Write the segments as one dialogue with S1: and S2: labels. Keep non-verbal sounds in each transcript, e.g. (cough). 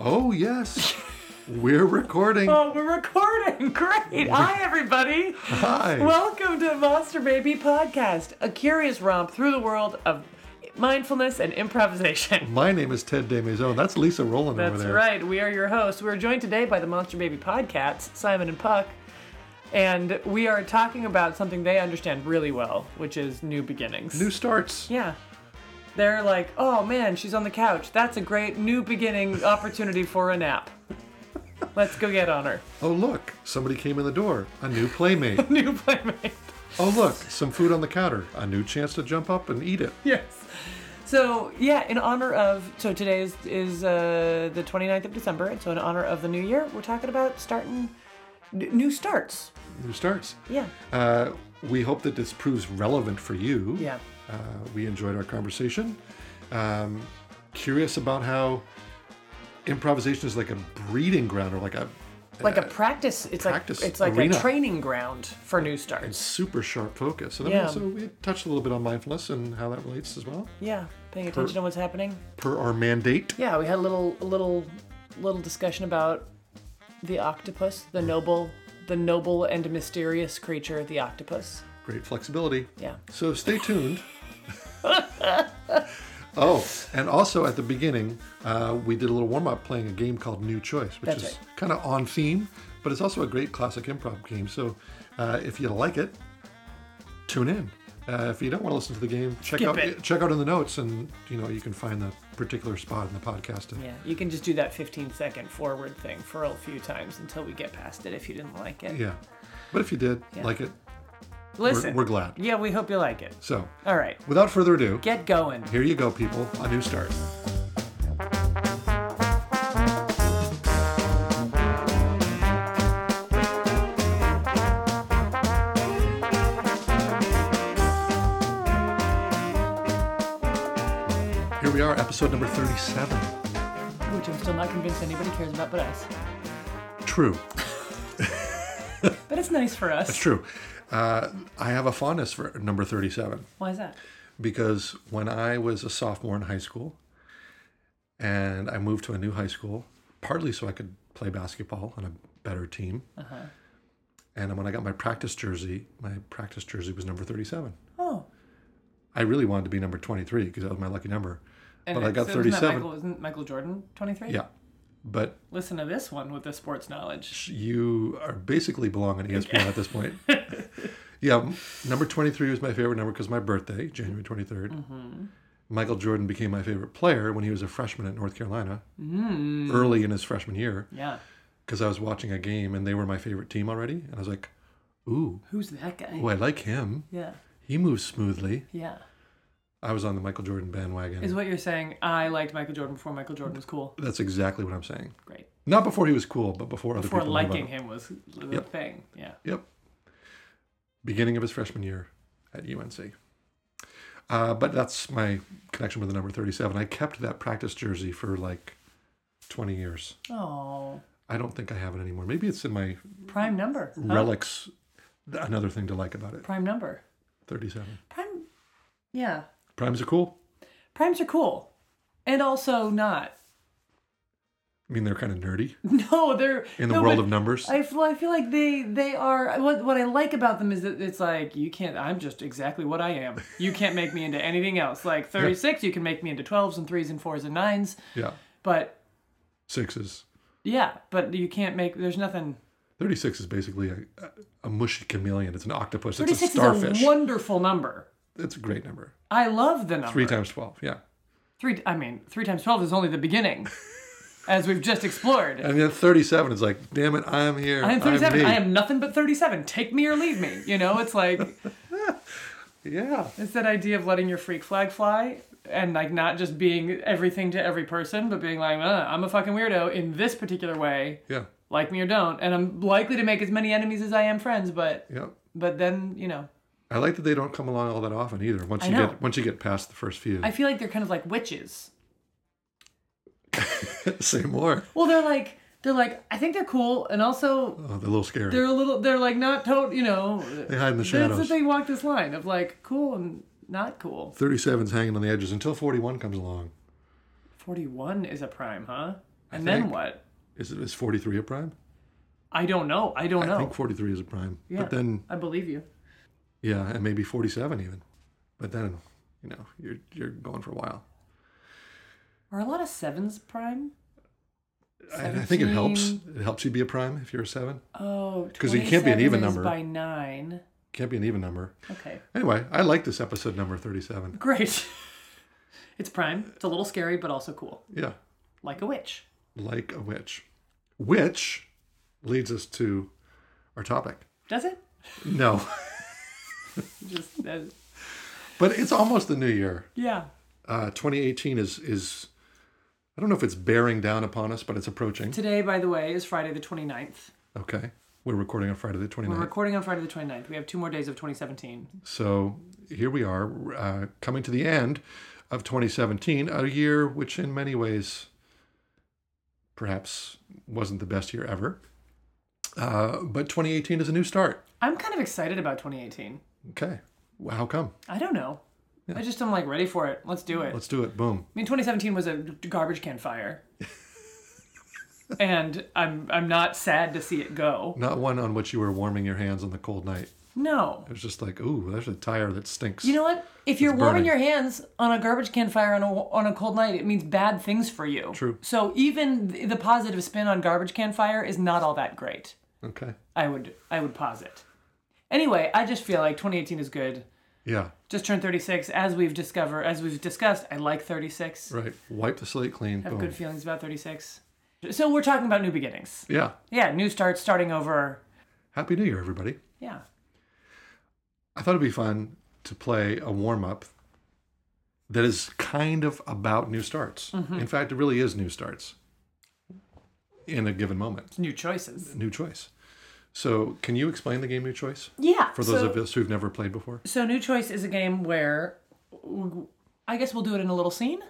S1: Oh, yes. We're recording.
S2: Oh, we're recording. (laughs) Great. Hi, everybody.
S1: Hi.
S2: Welcome to Monster Baby Podcast, a curious romp through the world of mindfulness and improvisation.
S1: My name is Ted DeMaison. That's Lisa Roland over
S2: That's
S1: there.
S2: right. We are your hosts. We're joined today by the Monster Baby Podcats, Simon and Puck. And we are talking about something they understand really well, which is new beginnings.
S1: New starts.
S2: Yeah. They're like, oh man, she's on the couch. That's a great new beginning opportunity for a nap. Let's go get on her. (laughs)
S1: Oh, look. Somebody came in the door. A new playmate.
S2: New playmate.
S1: oh, look. Some food on the counter. A new chance to jump up and eat it.
S2: (laughs) Yes. So, yeah, in honor of, so today is, is uh, the 29th of December, and so in honor of the new year, we're talking about starting n- new starts.
S1: New starts.
S2: Yeah.
S1: Uh, we hope that this proves relevant for you.
S2: Yeah.
S1: Uh, we enjoyed our conversation. Um, curious about how improvisation is like a breeding ground or like a
S2: Like a practice, it's
S1: Practice
S2: like it's like
S1: arena.
S2: a training ground for new starts.
S1: super sharp focus. And then
S2: Yeah.
S1: also, we touched a little bit on mindfulness and how that relates as well.
S2: Yeah, paying attention to what's happening.
S1: Per our mandate,
S2: Yeah, we had a little a little little discussion about the octopus, the noble the noble and mysterious creature, the octopus.
S1: great flexibility.
S2: Yeah.
S1: So stay
S2: (laughs)
S1: tuned. oh, and also at the beginning, uh, we did a little warm up playing a game called New Choice, which
S2: That's
S1: is
S2: right.
S1: kind of on theme, but it's also a great classic improv game. So uh, if you like it, tune in. Uh, if you don't want to listen to the game, check
S2: Skip
S1: out
S2: it.
S1: check out in the notes, and you know you can find the particular spot in the podcast. to-
S2: Yeah. You can just do that 15 second forward thing for a few times until we get past it if you didn't like it.
S1: yeah. But if you did
S2: Yeah.
S1: like it,
S2: Listen.
S1: we're glad.
S2: Yeah, we hope you like it.
S1: so
S2: All right.
S1: without further ado,
S2: Get going.
S1: here you go, people. A new start. Here we are, episode number 37.
S2: Which I'm still not convinced anybody cares about but us.
S1: True.
S2: But it's nice for us.
S1: True. Uh, I have a fondness for number 37.
S2: Why is that?
S1: because when I was a sophomore in high school and I moved to a new high school, partly so I could play basketball on a better team.
S2: Uh-huh.
S1: And when I got my practice jersey, my practice jersey was number 37.
S2: Oh.
S1: I really wanted to be number 23 because that was my lucky number. but I got
S2: so isn't that
S1: 37.
S2: Michael, isn't Michael Jordan 23?
S1: Yeah. But
S2: Listen to this one with the sports knowledge.
S1: you are basically belong on E ESPN at this
S2: (laughs)
S1: point. yeah, m- number 23 was my favorite number because my birthday, January 23rd.
S2: Mm. Mm-hmm.
S1: Michael Jordan became my favorite player when he was a freshman at North Carolina,
S2: Mm.
S1: early in his freshman year,
S2: Yeah.
S1: because I was watching a game and they were my favorite team already. And I was like, ooh,
S2: Who's that guy?
S1: ooh I like him.
S2: Yeah.
S1: He moves smoothly.
S2: Yeah.
S1: I was on the Michael Jordan bandwagon.
S2: Is what you're saying. I liked Michael Jordan before Michael Jordan was cool.
S1: That's exactly what I'm saying.
S2: Great.
S1: Not before he was cool, but before other
S2: Before
S1: people knew about
S2: liking
S1: him.
S2: him was the
S1: Yep.
S2: thing. Yeah.
S1: Yep. Beginning of his freshman year at UNC. Uh, but that's my connection with the number 37. I kept that practice jersey for like 20 years.
S2: Oh.
S1: I don't think I have it anymore. Maybe it's in my
S2: Prime number. huh?
S1: relics. Another thing to like about it
S2: Prime number.
S1: 37.
S2: Prime. Yeah.
S1: Primes are cool.
S2: Primes are cool. And also not. (laughs)
S1: I mean, they're kind of nerdy
S2: No, they're
S1: in the
S2: no,
S1: world
S2: but
S1: of numbers.
S2: I feel, I feel like they they are what what I like about them is that it's like you can't I'm just exactly what I am. You can't make me into anything else. Like 36 you can make me into 12s and 3s and 4s and 9s,
S1: yeah.
S2: but
S1: Sixes.
S2: yeah, but you can't make there's nothing
S1: 36 is basically a, a mushy chameleon. It's an octopus. It's a
S2: 36
S1: starfish.
S2: is a wonderful number.
S1: it's a great number.
S2: I love the number.
S1: Three times 12. Yeah.
S2: Three- I mean, 3 times 12 is only the
S1: (laughs)
S2: beginning, as we've just explored.
S1: And then 37 is like, damn it, I'm here.
S2: I am 37.
S1: me."
S2: I am nothing but 37. Take me or leave me. You know, it's like,
S1: Yeah.
S2: it's that idea of letting your freak flag fly and like not just being everything to every person, but being like, uh, I'm a fucking weirdo in this particular way,
S1: Yeah.
S2: like me or don't. And I'm likely to make as many enemies as I am friends, but,
S1: Yeah.
S2: but then, you know,
S1: I like that they don't come along all that often either. Once
S2: I
S1: you
S2: know.
S1: get once you get past the first few.
S2: I feel like they're kind of like witches.
S1: (laughs) Say more.
S2: Well, they're like, they're like, I think they're cool. And also
S1: Oh, they're a little scary.
S2: they're a little they're like not tot you know
S1: They hide in the
S2: that's that
S1: shadows.
S2: they walk this line of like cool and not cool
S1: 37's hanging on the edges until 41 comes along.
S2: 41 is a prime huh And then
S1: think.
S2: what?
S1: Is it is 43 a prime?
S2: I don't know. I don't
S1: I
S2: know.
S1: think 43 is a prime.
S2: yeah.
S1: But then
S2: I believe you.
S1: yeah, and maybe 47 even. But then, you know, you're you're going for a while.
S2: Are a lot of sevens prime?
S1: I, I think it helps.
S2: 17.
S1: It helps you be a prime if you're a 7.
S2: Oh,
S1: 'Cause it can't be an
S2: 27
S1: even
S2: is
S1: number.
S2: By nine.
S1: Can't be an even number.
S2: Okay. (laughs)
S1: Anyway, I like this episode number 37.
S2: Great. it's prime. It's a little scary, but also cool.
S1: Yeah.
S2: Like a witch.
S1: Like a witch. Which leads us to our topic.
S2: Does it?
S1: No. (laughs)
S2: Just that,
S1: but it's almost the new year.
S2: yeah.
S1: Uh, 2018 is is I don't know if it's bearing down upon us, but it's approaching.
S2: Today, by the way, is Friday the 29th.
S1: Okay. We're recording on Friday the
S2: We're
S1: 29th.
S2: recording on Friday the 29th. We have two more days of 2017.
S1: So here we are, uh, coming to the end of 2017, a year which, in many ways, perhaps wasn't the best year ever. Uh, but 2018 is a new start.
S2: I'm kind of excited about 2018.
S1: Okay. Well, How come?
S2: I don't know. I just am like ready for it. Let's do it.
S1: Let's do it. Boom.
S2: I mean, 2017 was a garbage can fire, and I'm I'm not sad to see it go.
S1: Not one on which you were warming your hands on the cold night.
S2: No.
S1: It was just like, ooh, there's a tire that stinks.
S2: You know what? If you're
S1: burning.
S2: warming your hands on a garbage can fire on a, on a cold night, it means bad things for you.
S1: True.
S2: So even th- the positive spin on garbage can fire is not all that great.
S1: okay.
S2: I would I would posit. Anyway, I just feel like 2018 is good.
S1: Yeah.
S2: Just turned 36. As we've discovered, as we've discussed, I like 36.
S1: Right. Wipe the slate clean.
S2: Have
S1: boom.
S2: good feelings about 36. So we're talking about new beginnings.
S1: Yeah.
S2: Yeah, new starts, starting over.
S1: Happy New Year, everybody.
S2: Yeah.
S1: I thought it'd be fun to play a warm up that is kind of about new starts.
S2: Mm-hmm.
S1: In fact, it really is new starts in a given moment,
S2: New choices.
S1: new choice. So, can you explain the game New Choice
S2: Yeah.
S1: for those
S2: so,
S1: of us who've never played before?
S2: So new choice is a game where w- I guess we'll do it in a little scene.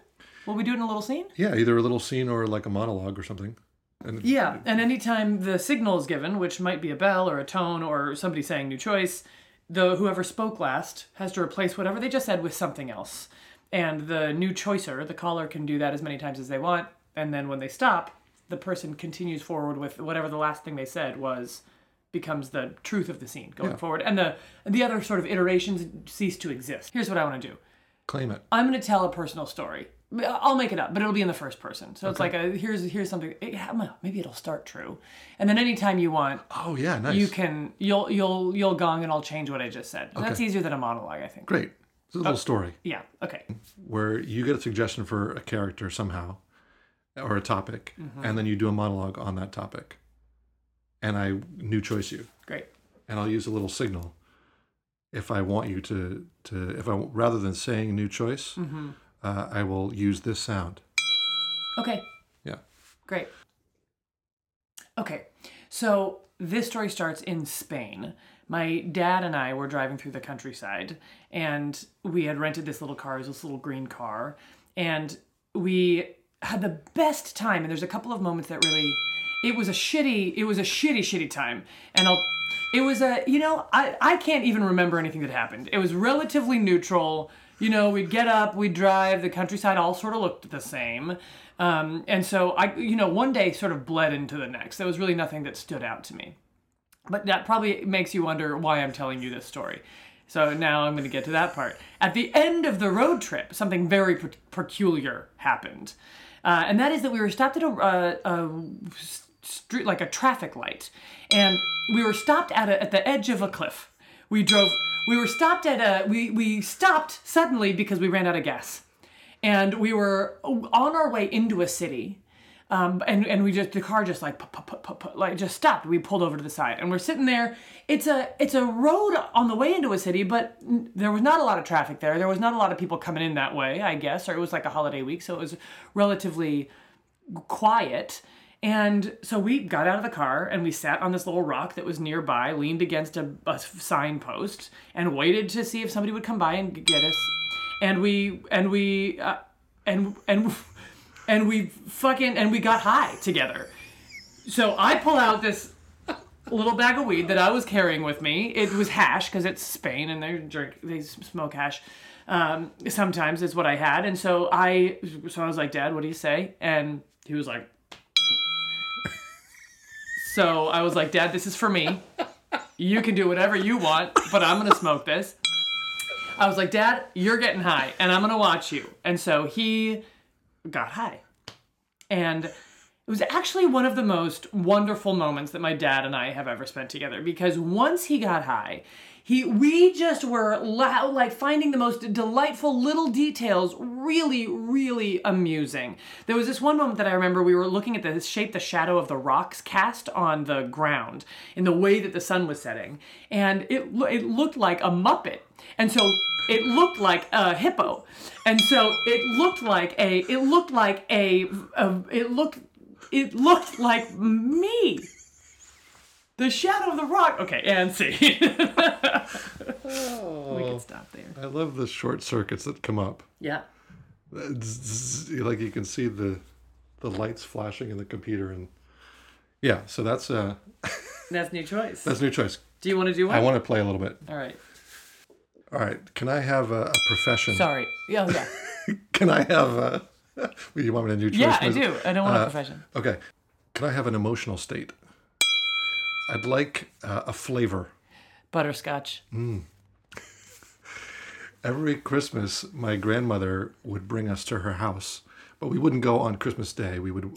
S2: Will we do it in a little scene?
S1: Yeah, either a little scene or like a monologue or something. And
S2: Yeah, and anytime the signal is given, which might be a bell or a tone or somebody saying new choice, the whoever spoke last has to replace whatever they just said with something else. And the new choicer, the caller can do that as many times as they want, and then when they stop, the person continues forward with whatever the last thing they said was becomes the truth of the scene going forward. And the the other sort of iterations cease to exist. Here's what I want to do.
S1: claim it.
S2: I'm going to tell a personal story. I'll make it up, but it'll be in the first person. So it's like a, here's here's something. It, well, maybe it'll start true, and then anytime you want,
S1: Oh, yeah, nice.
S2: you can you'll you'll you'll gong and I'll change what I just said. That's easier than a monologue, I think.
S1: Great. It's
S2: Oh.
S1: a little story
S2: Yeah. Okay.
S1: where you get a suggestion for a character somehow or a topic,
S2: Mm-hmm.
S1: and then you do a monologue on that topic. And I new choice you.
S2: Great.
S1: and I'll use a little signal if I want you to to if I rather than saying new choice,
S2: Mm-hmm.
S1: uh, I will use this sound.
S2: Okay.
S1: Yeah,
S2: Great. Okay. So this story starts in Spain. My dad and I were driving through the countryside, and we had rented this little car, it was this little green car, and we had the best time. And there's a couple of moments that really, it was a shitty, it was a shitty, shitty time. And I'll, it was a, you know, I I can't even remember anything that happened. It was relatively neutral. You know, we'd get up, we'd drive. The countryside all sort of looked the same, um, and so I, you know, one day sort of bled into the next. There was really nothing that stood out to me, but that probably makes you wonder why I'm telling you this story. So now I'm going to get to that part. At the end of the road trip, something very pe- peculiar happened, uh, and that is that we were stopped at a, uh, a street, like a traffic light, and we were stopped at a, at the edge of a cliff. We drove. We were stopped at a. We we stopped suddenly because we ran out of gas, and we were on our way into a city, um, and and we just the car just like pu- pu- pu- pu- pu- like just stopped. We pulled over to the side, and we're sitting there. It's a it's a road on the way into a city, but n- there was not a lot of traffic there. There was not a lot of people coming in that way, I guess, or it was like a holiday week, so it was relatively quiet. And so we got out of the car and we sat on this little rock that was nearby, leaned against a, a signpost, and waited to see if somebody would come by and g- get us. And we and we uh, and and and we fucking and we got high together. So I pull out this little bag of weed that I was carrying with me. It was hash because it's Spain and they drink, they s- smoke hash. Um, sometimes is what I had, and so I, so I was like, Dad, what do you say? And he was like, So I was like, Dad, this is for me. You can do whatever you want, but I'm gonna smoke this. I was like, Dad, you're getting high, and I'm gonna watch you. And so he got high. And it was actually one of the most wonderful moments that my dad and I have ever spent together because once he got high, he we just were loud, like finding the most delightful little details really really amusing. There was this one moment that I remember we were looking at the shape the shadow of the rocks cast on the ground in the way that the sun was setting and it lo- it looked like a muppet. And so it looked like a hippo. And so it looked like a it looked like a, a it looked it looked like me. The shadow of the rock. Okay, and see. (laughs) we
S1: Oh.
S2: can stop there.
S1: I love the short circuits that come up. Uh,
S2: Yeah.
S1: Zzz, Like you can see the the lights flashing in the computer and yeah, so that's uh
S2: That's new choice.
S1: that's new choice.
S2: do you want to do one?
S1: I want to play a little bit.
S2: All right.
S1: All right, can I have a, a profession?
S2: Sorry. Yeah,
S1: (laughs)
S2: yeah.
S1: Can I have a? (laughs) You want me to do choice?
S2: Yeah, I
S1: music?
S2: do. I don't want
S1: Uh,
S2: a profession.
S1: Okay. Can I have an emotional state? I'd like uh, a flavor. (laughs)
S2: Butterscotch.
S1: Mm. Every Christmas, my grandmother would bring us to her house, but we wouldn't go on Christmas Day. We would,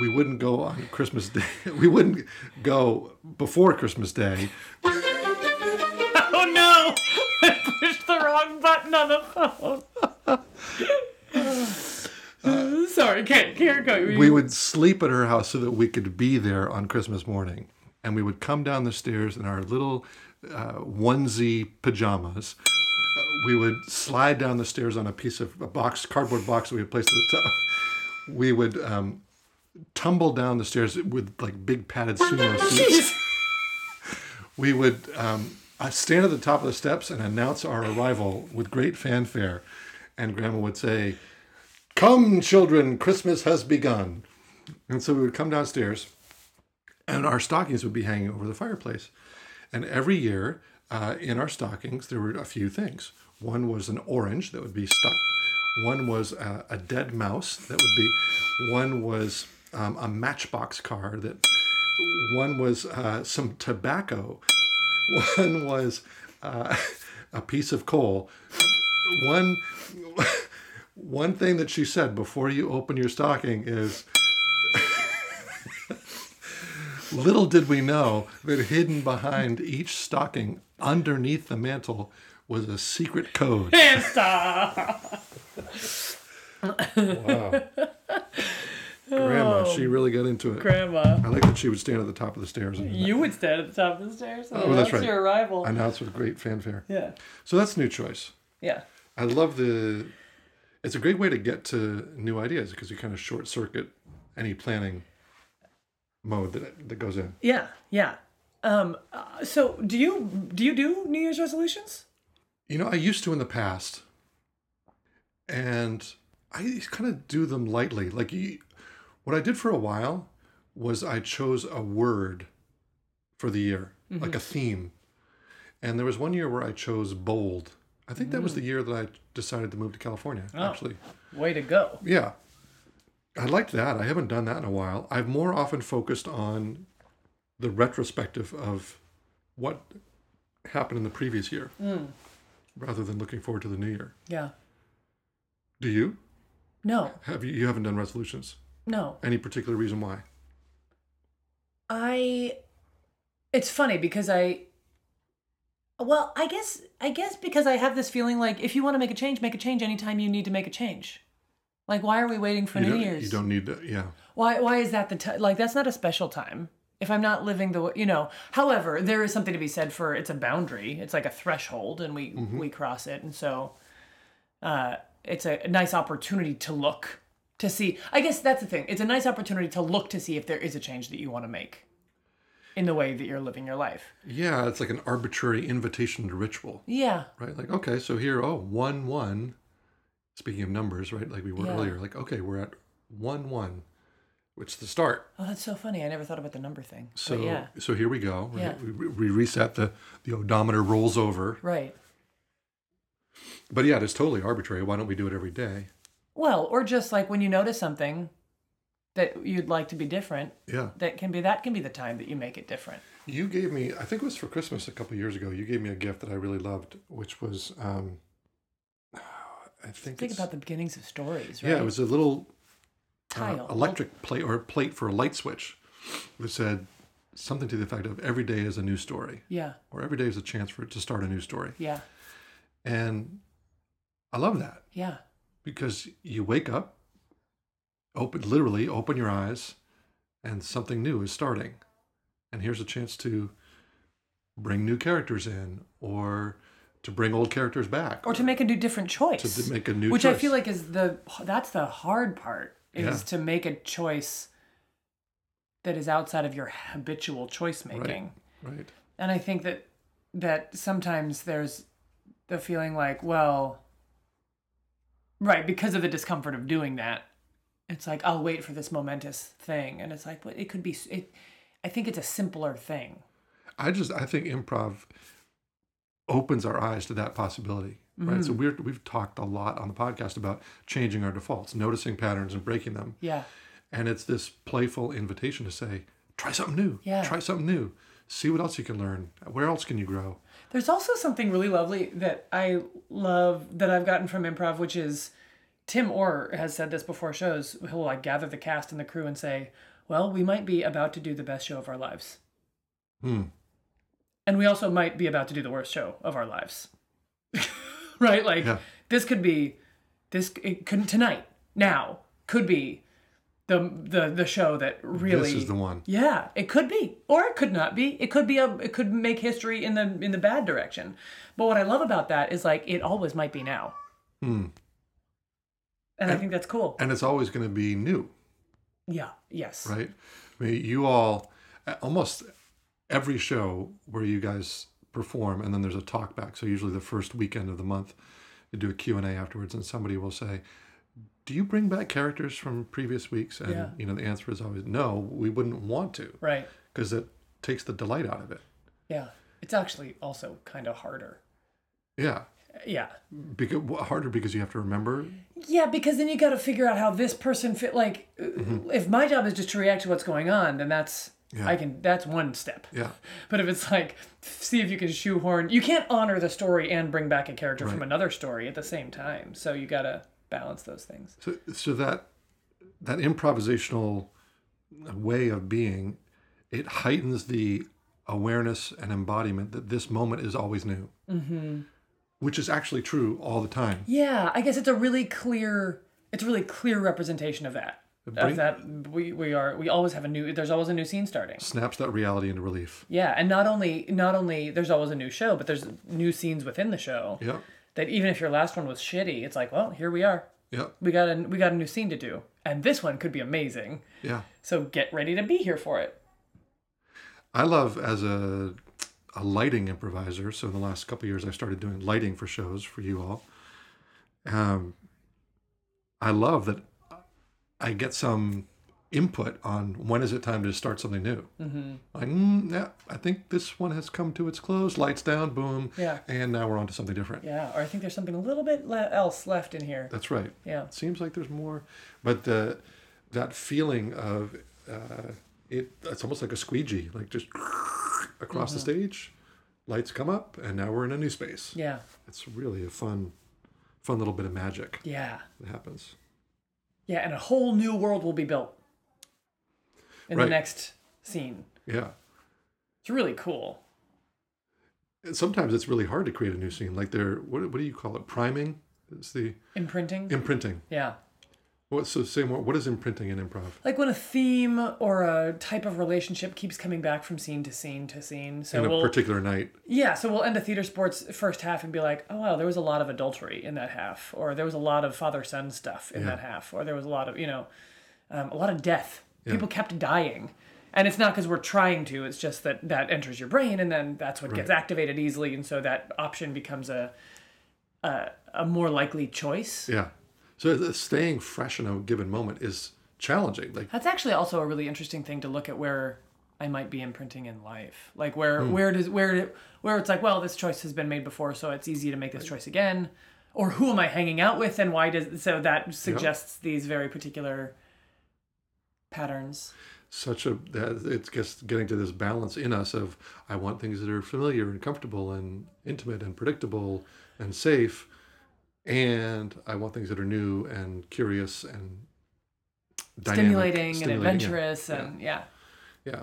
S1: we wouldn't go on Christmas Day. (laughs) We wouldn't go before Christmas Day.
S2: Oh no! (laughs) I pushed the wrong button on the phone.
S1: (laughs)
S2: Sorry, okay, here go.
S1: We would sleep at her house so that we could be there on Christmas morning, and we would come down the stairs in our little uh, onesie pajamas. Uh, We would slide down the stairs on a piece of a box, cardboard box that we had placed at the top. We would um, tumble down the stairs with like big padded sumo suits we would um, uh, stand at the top of the steps and announce our arrival with great fanfare. And Grandma would say, Come, children, Christmas has begun. And so we would come downstairs, and our stockings would be hanging over the fireplace. And every year uh, in our stockings, there were a few things. One was an orange that would be stuck, one was uh, a dead mouse that would be, one was um, a matchbox car that one was uh, some tobacco. One was uh, a piece of coal. One one thing that she said before you open your stocking is little did we know that hidden behind each stocking underneath the mantle was a secret code. Grandma, she really got into it.
S2: Grandma.
S1: I like that she would stand at the top of the stairs and
S2: You would stand at the top of the stairs and
S1: Oh, that's
S2: announce
S1: right.
S2: your arrival.
S1: announce with great fanfare.
S2: yeah.
S1: So that's new choice.
S2: Yeah.
S1: I love the. It's a great way to get to new ideas because you kind of short circuit any planning mode that that goes in.
S2: Yeah. Yeah. Um, uh, so do you do you do New Year's resolutions?
S1: You know, I used to in the past, and I kind of do them lightly. Like, you, what I did for a while was I chose a word for the year, like a theme. And there was one year where I chose bold. I think that was the year that I decided to move to California, actually.
S2: Way to go.
S1: Yeah. I liked that. I haven't done that in a while. I've more often focused on the retrospective of what happened in the previous year
S2: Mm.
S1: rather than looking forward to the new year.
S2: Yeah.
S1: Do you?
S2: No.
S1: Have you you haven't done resolutions?
S2: No.
S1: Any particular reason why?
S2: I it's funny because I well, I guess I guess because I have this feeling like if you want to make a change, make a change anytime you need to make a change. Like why are we waiting for
S1: you,
S2: New
S1: don't,
S2: Year's?
S1: you don't need to yeah.
S2: Why why is that the time? Like that's not a special time. If I'm not living the you know, however, there is something to be said for it's a boundary. It's like a threshold and we we cross it and so uh it's a nice opportunity to look to see. I guess that's the thing. It's a nice opportunity to look to see if there is a change that you want to make in the way that you're living your life.
S1: Yeah, it's like an arbitrary invitation to ritual,
S2: Yeah.
S1: right? Like, okay, so here, oh, one one. Speaking of numbers, right? Like we were
S2: Yeah.
S1: earlier, like, okay, we're at one one, which is the start.
S2: Oh, that's so funny. I never thought about the number thing. But
S1: So
S2: yeah.
S1: so here we go. We-
S2: Yeah.
S1: We, we reset the the odometer rolls over.
S2: Right.
S1: But yeah, it's totally arbitrary. Why don't we do it every day?
S2: Well, or just like when you notice something, that you'd like to be different,
S1: Yeah.
S2: that can be that can be the time that you make it different.
S1: You gave me, I think it was for Christmas a couple years ago, you gave me a gift that I really loved, which was, um, I think
S2: Think
S1: it's,
S2: about the beginnings of stories, right?
S1: yeah, it was a little uh,
S2: Tile.
S1: electric plate or plate for a light switch that said something to the effect of every day is a new story
S2: Yeah,
S1: or every day is a chance for it to start a new story.
S2: yeah,
S1: And I love that
S2: yeah,
S1: because you wake up, open, literally open your eyes and something new is starting. And here's a chance to bring new characters in or to bring old characters back
S2: or to make a new different choice.
S1: to d- make a new
S2: which I
S1: choice.
S2: feel like is the that's the hard part is
S1: Yeah.
S2: to make a choice that is outside of your habitual choice making.
S1: right.
S2: And I think that that sometimes there's the feeling like, well, right, because of the discomfort of doing that, it's like I'll wait for this momentous thing, and it's like, but it could be. s- It, I think it's a simpler thing.
S1: I just I think improv opens our eyes to that possibility. Right.
S2: Mm-hmm.
S1: So we're we've talked a lot on the podcast about changing our defaults, noticing patterns and breaking them.
S2: Yeah,
S1: And it's this playful invitation to say, try something new.
S2: Yeah.
S1: Try something new. See what else you can learn. Where else can you grow?
S2: There's also something really lovely that I love that I've gotten from improv, which is Tim Orr has said this before shows. He'll like gather the cast and the crew and say, "Well, we might be about to do the best show of our lives,
S1: Hmm.
S2: and we also might be about to do the worst show of our lives." (laughs) right? Like
S1: Yeah.
S2: this could be this it could tonight now could be the the the show that really
S1: This is the one.
S2: yeah, it could be, or it could not be. It could be a, it could make history in the in the bad direction. But what I love about that is like it always might be now,
S1: Hmm.
S2: and, I think that's cool.
S1: And it's always going to be new,
S2: yeah. Yes.
S1: right? I mean, you all almost every show where you guys perform and then there's a talk back. So usually the first weekend of the month, you do a Q&A afterwards and somebody will say, "Do you bring back characters from previous weeks?" And
S2: Yeah.
S1: you know, the answer is always no, we wouldn't want to
S2: Right.
S1: because it takes the delight out of it.
S2: Yeah. It's actually also kind of harder.
S1: Yeah.
S2: Yeah.
S1: Because harder because you have to remember.
S2: Yeah, because then you got to figure out how this person fit. Like, uh, if my job is just to react to what's going on, then that's
S1: Mm-hmm. Yeah.
S2: I can. That's one step.
S1: Yeah.
S2: But if it's like, see if you can shoehorn, you can't honor the story and bring back a character from another story at the same time. So you gotta balance those things.
S1: So, so that that improvisational way of being, it heightens the awareness and embodiment that this moment is always new, mm-hmm. which is actually true all the time.
S2: Yeah, I guess it's a really clear, it's a really clear representation of that.
S1: bring-
S2: of that we we are we always have a new. There's always a new scene starting.
S1: Snaps that reality into relief.
S2: Yeah, and not only not only there's always a new show, but there's new scenes within the show.
S1: Yeah,
S2: That even if your last one was shitty, it's like, well, here we are.
S1: yeah,
S2: We got a we got a new scene to do, and this one could be amazing.
S1: yeah.
S2: So get ready to be here for it.
S1: I love as a a lighting improviser. So in the last couple of years, I started doing lighting for shows for you all. Um, I love that I get some input on when is it time to start something new. Mm-hmm. Like, mm, yeah, I think this one has come to its close. Lights down, boom,
S2: Yeah.
S1: and now we're on to something different.
S2: Yeah, or I think there's something a little bit le- else left in here.
S1: That's right.
S2: Yeah.
S1: It seems like there's more, but the that feeling of uh, it it's almost like a squeegee, like just across the stage, lights come up, and now we're in a new space.
S2: Yeah.
S1: It's really a fun, fun little bit of magic
S2: Yeah.
S1: that happens.
S2: Yeah, and a whole new world will be built in
S1: Right.
S2: the next scene.
S1: Yeah.
S2: It's really cool.
S1: And sometimes it's really hard to create a new scene. Like they're what, what do you call it? Priming. It's the
S2: Imprinting?
S1: imprinting.
S2: yeah.
S1: What so say more? What is imprinting in improv?
S2: Like when a theme or a type of relationship keeps coming back from scene to scene to scene. So
S1: In a
S2: we'll
S1: particular night.
S2: Yeah, so we'll end a theater sports first half and be like, "Oh wow, there was a lot of adultery in that half or there was a lot of father-son stuff in that half or there was a lot of, you know, um, a lot of death. People kept dying." And it's not because we're trying to; it's just that that enters your brain, and then that's what gets activated easily, and so that option becomes a a, a more likely choice.
S1: Yeah. So the- staying fresh in a given moment is challenging. Like
S2: That's actually also a really interesting thing to look at where I might be imprinting in life. Like where
S1: Hmm.
S2: where does where where it's like, well, this choice has been made before, so it's easy to make this choice again. Or who am I hanging out with and why does so that suggests these very particular patterns.
S1: such a that it's just getting to this balance in us of I want things that are familiar and comfortable and intimate and predictable and safe, and I want things that are new and curious and dynamic,
S2: Stimulating,
S1: stimulating,
S2: and adventurous and yeah.
S1: Yeah. yeah.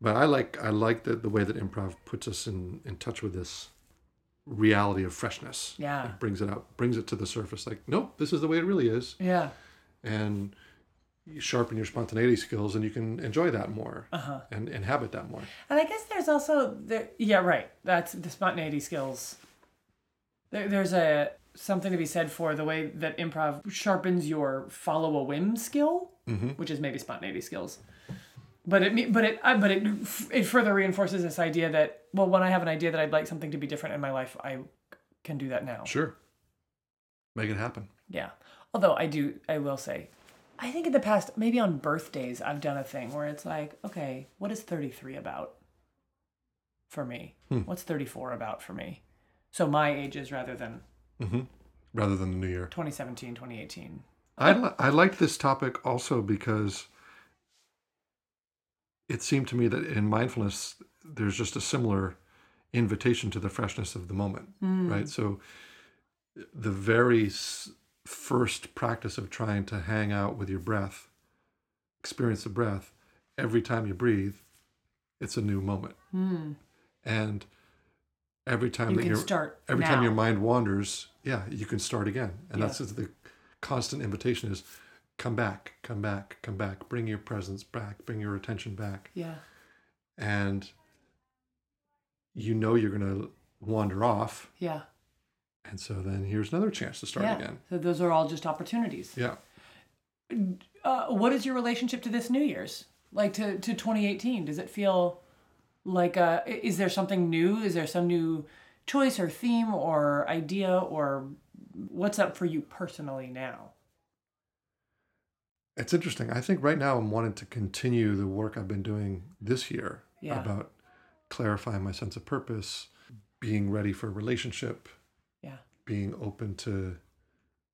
S1: But I like I like the, the way that improv puts us in, in touch with this reality of freshness.
S2: Yeah.
S1: It brings it out, brings it to the surface. Like, nope, this is the way it really is
S2: Yeah.
S1: and you sharpen your spontaneity skills and you can enjoy that more and inhabit that more
S2: And I guess there's also the yeah, right. That's the spontaneity skills. There, there's a something to be said for the way that improv sharpens your follow a whim skill, which is maybe spontaneity skills. But it me- but it uh, but it f- it further reinforces this idea that well, when I have an idea that I'd like something to be different in my life, I can do that now.
S1: sure make it happen
S2: Yeah. Although I do, I will say, I think in the past, maybe on birthdays, I've done a thing where it's like, okay, what is 33 about for me?
S1: Hmm.
S2: What's 34 about for me? So my ages rather than
S1: Mm-hmm. rather than the new year
S2: 2017, 2018.
S1: i, li- I liked this topic also because it seemed to me that in mindfulness there's just a similar invitation to the freshness of the moment
S2: Hmm.
S1: right so the very s- first practice of trying to hang out with your breath experience the breath every time you breathe it's a new moment and every time
S2: Hmm. You
S1: that
S2: can
S1: your
S2: start
S1: every
S2: now.
S1: time your mind wanders yeah you can start again and that's just the constant invitation is come back come back come back bring your presence back bring your attention back
S2: Yeah.
S1: and you know you're going to wander off
S2: Yeah.
S1: and so then here's another chance to start
S2: yeah.
S1: again
S2: So those are all just opportunities.
S1: yeah
S2: Uh, what is your relationship to this New Year's? Like to, to 2018? Does it feel like a, i- is there something new? Is there some new choice or theme or idea or what's up for you personally now?
S1: it's interesting i think right now i'm wanting to continue the work i've been doing this year
S2: Yeah.
S1: about clarifying my sense of purpose being ready for a relationship
S2: Yeah.
S1: being open to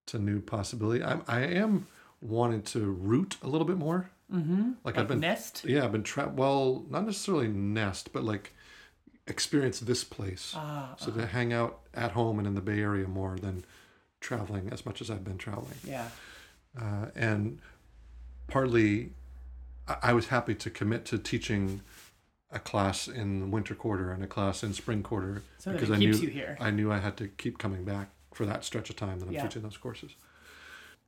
S1: to new possibility I'm, i am wanting to root a little bit more mm-hmm. like, i've been
S2: Nest?
S1: yeah i've been trapped well not necessarily nest but like experience this place
S2: Ah,
S1: so to hang out at home and in the bay area more than traveling as much as i've been traveling
S2: yeah.
S1: uh, and partly I, I was happy to commit to teaching a class in winter quarter and a class in spring quarter
S2: So that it keeps you here.
S1: I knew I had to keep coming back for that stretch of time that I'm
S2: Yeah.
S1: teaching those courses.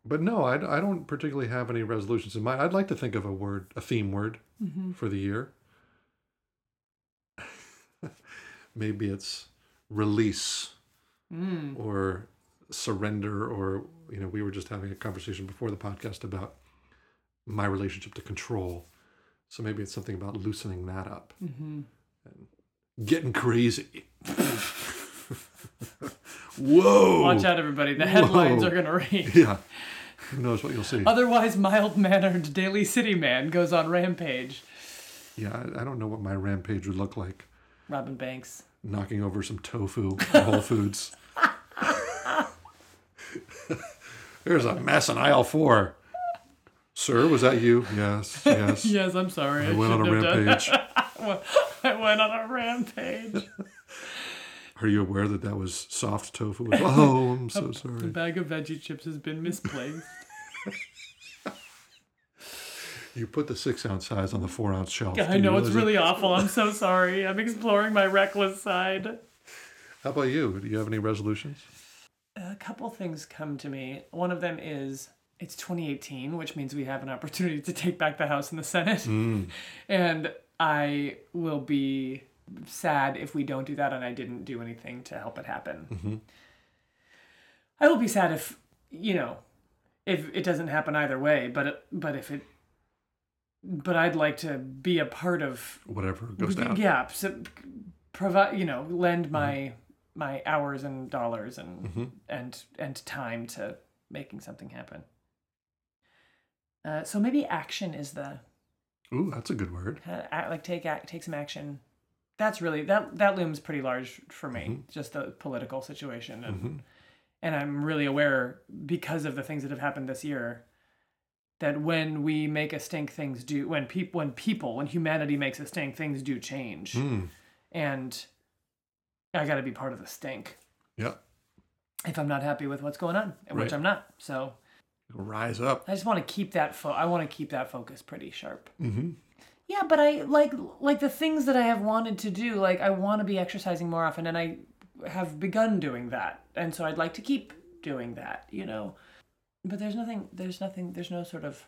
S1: But no, I, I don't particularly have any resolutions in mind. I'd like to think of a word, a theme word
S2: Mm-hmm.
S1: for the year. (laughs) Maybe it's release
S2: Hmm.
S1: or surrender, or, you know, we were just having a conversation before the podcast about my relationship to control. So maybe it's something about loosening that up
S2: Mm-hmm.
S1: and getting crazy. (laughs) Whoa!
S2: Watch out, everybody. The headlines
S1: Whoa.
S2: are going to
S1: (laughs)
S2: read.
S1: Yeah. Who knows what you'll see?
S2: Otherwise, mild mannered Daily City Man goes on rampage.
S1: Yeah, I, I don't know what my rampage would look like.
S2: Robin Banks.
S1: Knocking over some tofu at Whole Foods. (laughs) There's a mess in aisle four. Sir, was that you?
S2: (laughs)
S1: Yes, yes.
S2: Yes, I'm sorry. I,
S1: I went on a
S2: shouldn't have done-
S1: rampage.
S2: (laughs) I went on a rampage.
S1: Are you aware that that was soft tofu? Oh, I'm
S2: (laughs)
S1: so
S2: The
S1: sorry.
S2: bag of veggie chips has been misplaced.
S1: You put the six ounce size on the four ounce shelf.
S2: Yeah,
S1: Do
S2: I
S1: you
S2: know it's
S1: realize that-
S2: really awful. I'm so sorry. I'm exploring my reckless side.
S1: How about you? Do you have any resolutions?
S2: A couple things come to me. One of them is it's 2018, which means we have an opportunity to take back the House and the Senate. (laughs) And I will be sad if we don't do that and I didn't do anything to help it happen. I will be sad if, you know, if it doesn't happen either way, but but if it but I'd like to be a part of
S1: Whatever goes down.
S2: yeah so provide you know lend my my hours and dollars and and and time to making something happen uh, so maybe action is the
S1: Ooh, that's a good word.
S2: uh, act, like take act, take some action that's really that that looms pretty large for me just the political situation and and i'm really aware because of the things that have happened this year that when we make a stink, things do when people when people when humanity makes a stink, things do change,
S1: Mm.
S2: and I got to be part of the stink
S1: Yeah.
S2: if I'm not happy with what's going on, and
S1: Right.
S2: which I'm not. So
S1: Rise up.
S2: I just want to keep that fo- I want to keep that focus pretty sharp.
S1: Mm-hmm.
S2: Yeah, but I like like the things that I have wanted to do. Like I want to be exercising more often, and I have begun doing that, and so I'd like to keep doing that. You know, but there's nothing. There's nothing. There's no sort of.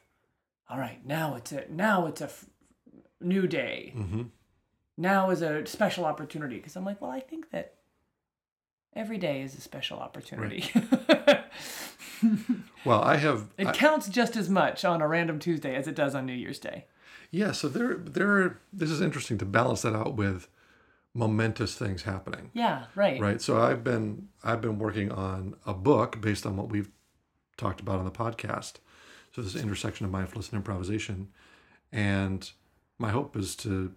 S2: All right, now it's a now it's a f- new day.
S1: Mm-hmm.
S2: Now is a special opportunity because I'm like, well, I think that every day is a special opportunity.
S1: Well, I have.
S2: (laughs) it
S1: I-
S2: counts just as much on a random Tuesday as it does on New Year's Day.
S1: yeah. So there, there. Are, this is interesting to balance that out with momentous things happening,
S2: Yeah, right.
S1: right? So I've been, I've been working on a book based on what we've talked about on the podcast. So this intersection of mindfulness and improvisation, and my hope is to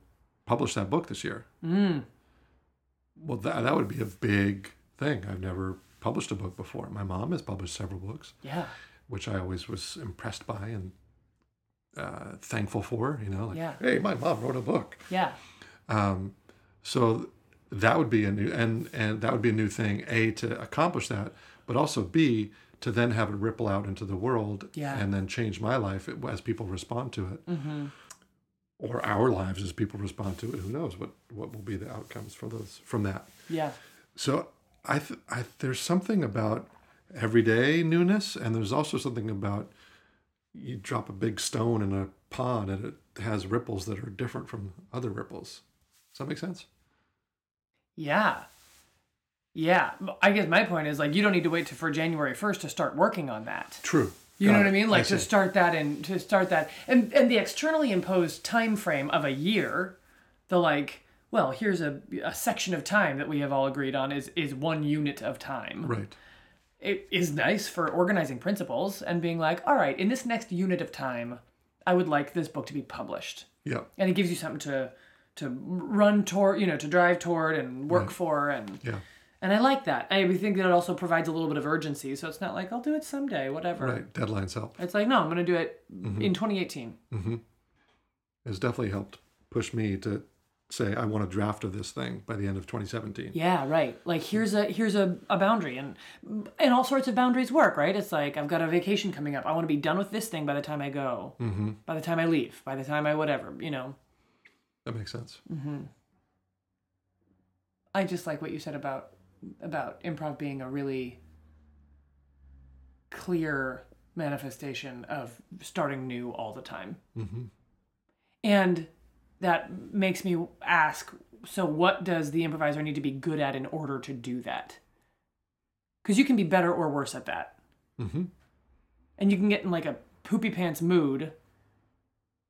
S1: publish that book this year.
S2: Mm,
S1: Well, that that would be a big thing. I've never published a book before. My mom has published several books.
S2: yeah,
S1: which I always was impressed by and uh, thankful for. You know, like,
S2: Yeah.
S1: hey, my mom wrote a book.
S2: yeah.
S1: Um, so that would be a new and and that would be a new thing. A to accomplish that, but also B to then have it ripple out into the world
S2: Yeah.
S1: and then change my life as people respond to it, or our lives as people respond to it. Who knows what what will be the outcomes for those from that.
S2: Yeah.
S1: So I, th- I there's something about everyday newness, and there's also something about you drop a big stone in a pond and it has ripples that are different from other ripples. Does that make sense?
S2: Yeah. Yeah. I guess my point is like you don't need to wait to, for January 1st to start working on that.
S1: True.
S2: You
S1: Got
S2: know what
S1: it.
S2: I mean? Like
S1: see.
S2: to start that and to start that and and the externally imposed time frame of a year, the like well, here's a, a section of time that we have all agreed on is is one unit of time.
S1: right.
S2: It is nice for organizing principles and being like, all right, in this next unit of time, I would like this book to be published.
S1: Yeah.
S2: and it gives you something to to run toward you know to drive toward and work for and
S1: Yeah.
S2: and i like that i think that it also provides a little bit of urgency so it's not like i'll do it someday whatever
S1: Right. Deadlines help.
S2: it's like no i'm gonna do it in 2018
S1: It's definitely helped push me to say I want a draft of this thing by the end of 2017.
S2: yeah right like here's a here's a, a boundary and and all sorts of boundaries work right it's like i've got a vacation coming up i want to be done with this thing by the time i go mm-hmm. by the time i leave by the time i whatever you know
S1: That makes sense.
S2: I just like what you said about about improv being a really clear manifestation of starting new all the time.
S1: Mhm.
S2: And that makes me ask so what does the improviser need to be good at in order to do that? Cuz you can be better or worse at that.
S1: Mhm.
S2: And you can get in like a poopy pants mood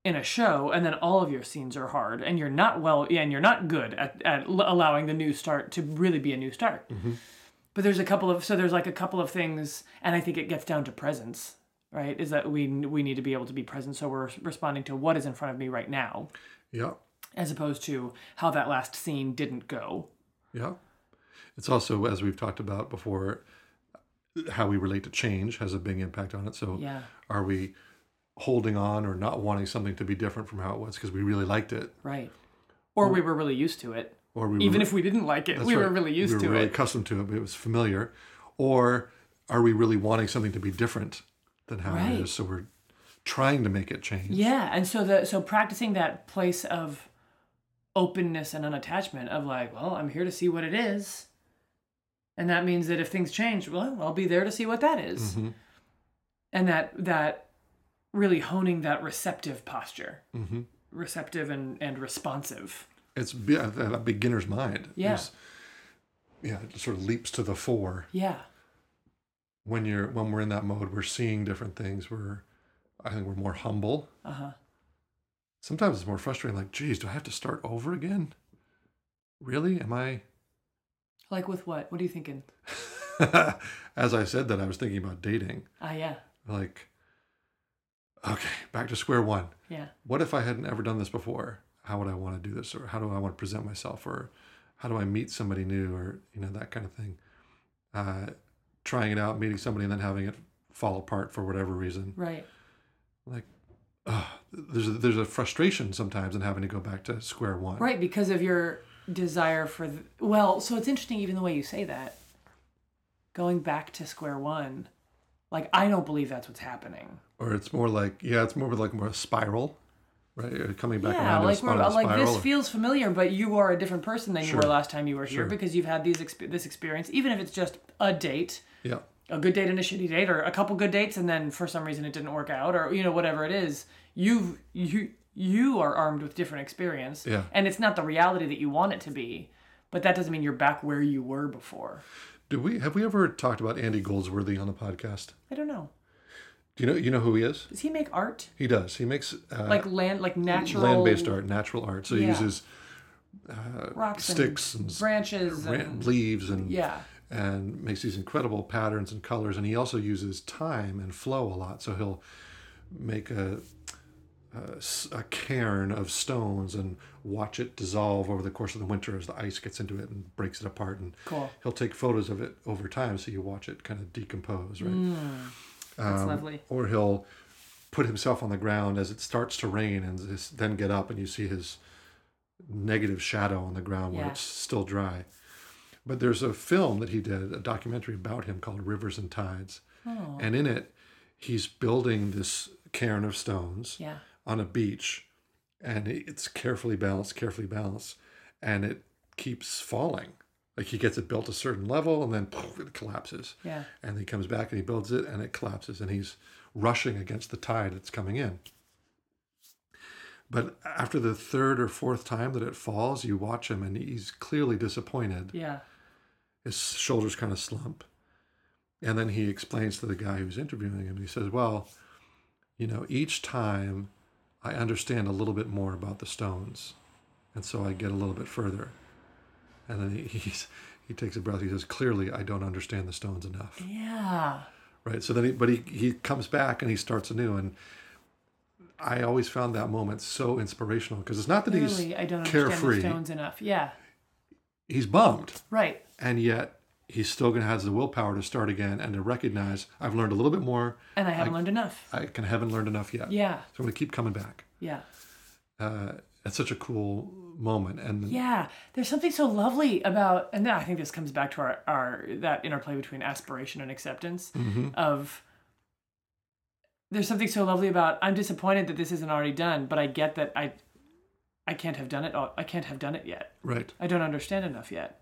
S2: in a show and then all of your scenes are hard and you're not well yeah, and you're not good at, at l- allowing the new start to really be a new start but there's a couple of so there's like a couple of things and i think it gets down to presence right is that we we need to be able to be present so we're responding to what is in front of me right now
S1: Yeah.
S2: as opposed to how that last scene didn't go
S1: Yeah. It's also, as we've talked about before, how we relate to change has a big impact on it. So,
S2: yeah
S1: are we holding on or not wanting something to be different from how it was because we really liked it?
S2: right or we were really used to it
S1: Or we
S2: even
S1: were,
S2: if we didn't like it
S1: that's
S2: we were
S1: right,
S2: really used
S1: we were
S2: to
S1: really
S2: it
S1: accustomed to it, but it was familiar. Or are we really wanting something to be different than how
S2: Right.
S1: it is? So, we're trying to make it change.
S2: Yeah, and so the so practicing that place of openness and unattachment of like, well, I'm here to see what it is. And that means that if things change, well, I'll be there to see what that is.
S1: Mhm.
S2: And that that really honing that receptive posture,
S1: hmm
S2: receptive and and responsive.
S1: It's be- a, a beginner's mind.
S2: Yeah.
S1: There's- yeah. It sort of leaps to the fore.
S2: Yeah.
S1: when you're when we're in that mode we're seeing different things we're i think we're more humble
S2: Uh-huh.
S1: sometimes it's more frustrating like geez do i have to start over again really am i (laughs)
S2: Like with what? What are you thinking?
S1: as i said that i was thinking about dating
S2: Ah, yeah.
S1: like okay back to square one
S2: Yeah.
S1: what if i hadn't ever done this before how would i want to do this or how do i want to present myself or how do i meet somebody new or you know that kind of thing uh, trying it out meeting somebody and then having it fall apart for whatever reason
S2: Right.
S1: Like, uh, there's a, there's a frustration sometimes in having to go back to square one.
S2: Right, because of your desire for. Th- well, so it's interesting, even the way you say that. Going back to square one, like I don't believe that's what's happening.
S1: Or it's more like yeah, it's more of like more a spiral, right? Or coming back
S2: yeah,
S1: around to a
S2: like
S1: spot
S2: we're,
S1: of a
S2: like
S1: spiral.
S2: this feels familiar, but you are a different person than you were
S1: Sure.
S2: last time you were here
S1: Sure.
S2: because you've had these exp- this experience, even if it's just a date,
S1: yeah,
S2: a good date and a shitty date, or a couple good dates, and then for some reason it didn't work out, or you know whatever it is. You've you you are armed with different experience,
S1: Yeah.
S2: and it's not the reality that you want it to be, but that doesn't mean you're back where you were before.
S1: do we have we ever talked about Andy Goldsworthy on the podcast?
S2: I don't know.
S1: Do you know you know who he is?
S2: Does he make art
S1: He does. He makes uh,
S2: like land like natural
S1: land-based art, natural art. So he
S2: Yeah.
S1: uses
S2: rocks and
S1: sticks and, s-
S2: branches
S1: ra-
S2: and
S1: leaves and
S2: yeah
S1: and makes these incredible patterns and colors. And he also uses time and flow a lot. So he'll make a, a s- a cairn of stones and watch it dissolve over the course of the winter as the ice gets into it and breaks it apart. And
S2: cool.
S1: he'll take photos of it over time, so you watch it kind of decompose, right?
S2: That's
S1: Um,
S2: lovely.
S1: Or he'll put himself on the ground as it starts to rain and this, then get up and you see his negative shadow on the ground where
S2: Yeah.
S1: it's still dry. But there's a film that he did, a documentary about him called Rivers and Tides.
S2: Oh.
S1: And in it, he's building this cairn of stones
S2: Yeah.
S1: on a beach and it- it's carefully balanced, carefully balanced, and it keeps falling. Like he gets it built a certain level and then poof, it collapses.
S2: Yeah.
S1: And he comes back and he builds it and it collapses and he's rushing against the tide that's coming in. But after the third or fourth time that it falls, you watch him and he's clearly disappointed
S2: Yeah.
S1: his shoulders kind of slump. And then he explains to the guy who's interviewing him, he says, Well, you know, each time I understand a little bit more about the stones. And so I get a little bit further. And then he, (laughs) he's, he takes a breath. He says, Clearly, I don't understand the stones enough.
S2: Yeah.
S1: Right. So then, he, but he, he comes back and he starts anew. And I always found that moment so inspirational because it's not that
S2: Clearly,
S1: he's
S2: I don't understand
S1: carefree,
S2: the stones enough. Yeah.
S1: he's bummed.
S2: Right.
S1: and yet he's still going to have the willpower to start again and to recognize I've learned a little bit more.
S2: And I haven't learned enough.
S1: I can haven't learned enough yet.
S2: Yeah.
S1: So I'm going to keep coming back.
S2: Yeah.
S1: Uh, it's such a cool moment, and
S2: Yeah. There's something so lovely about, and I think this comes back to our, our that interplay between aspiration and acceptance of. There's something so lovely about. I'm disappointed that this isn't already done, but I get that I, I can't have done it. all- I can't have done it yet.
S1: right,
S2: I don't understand enough yet.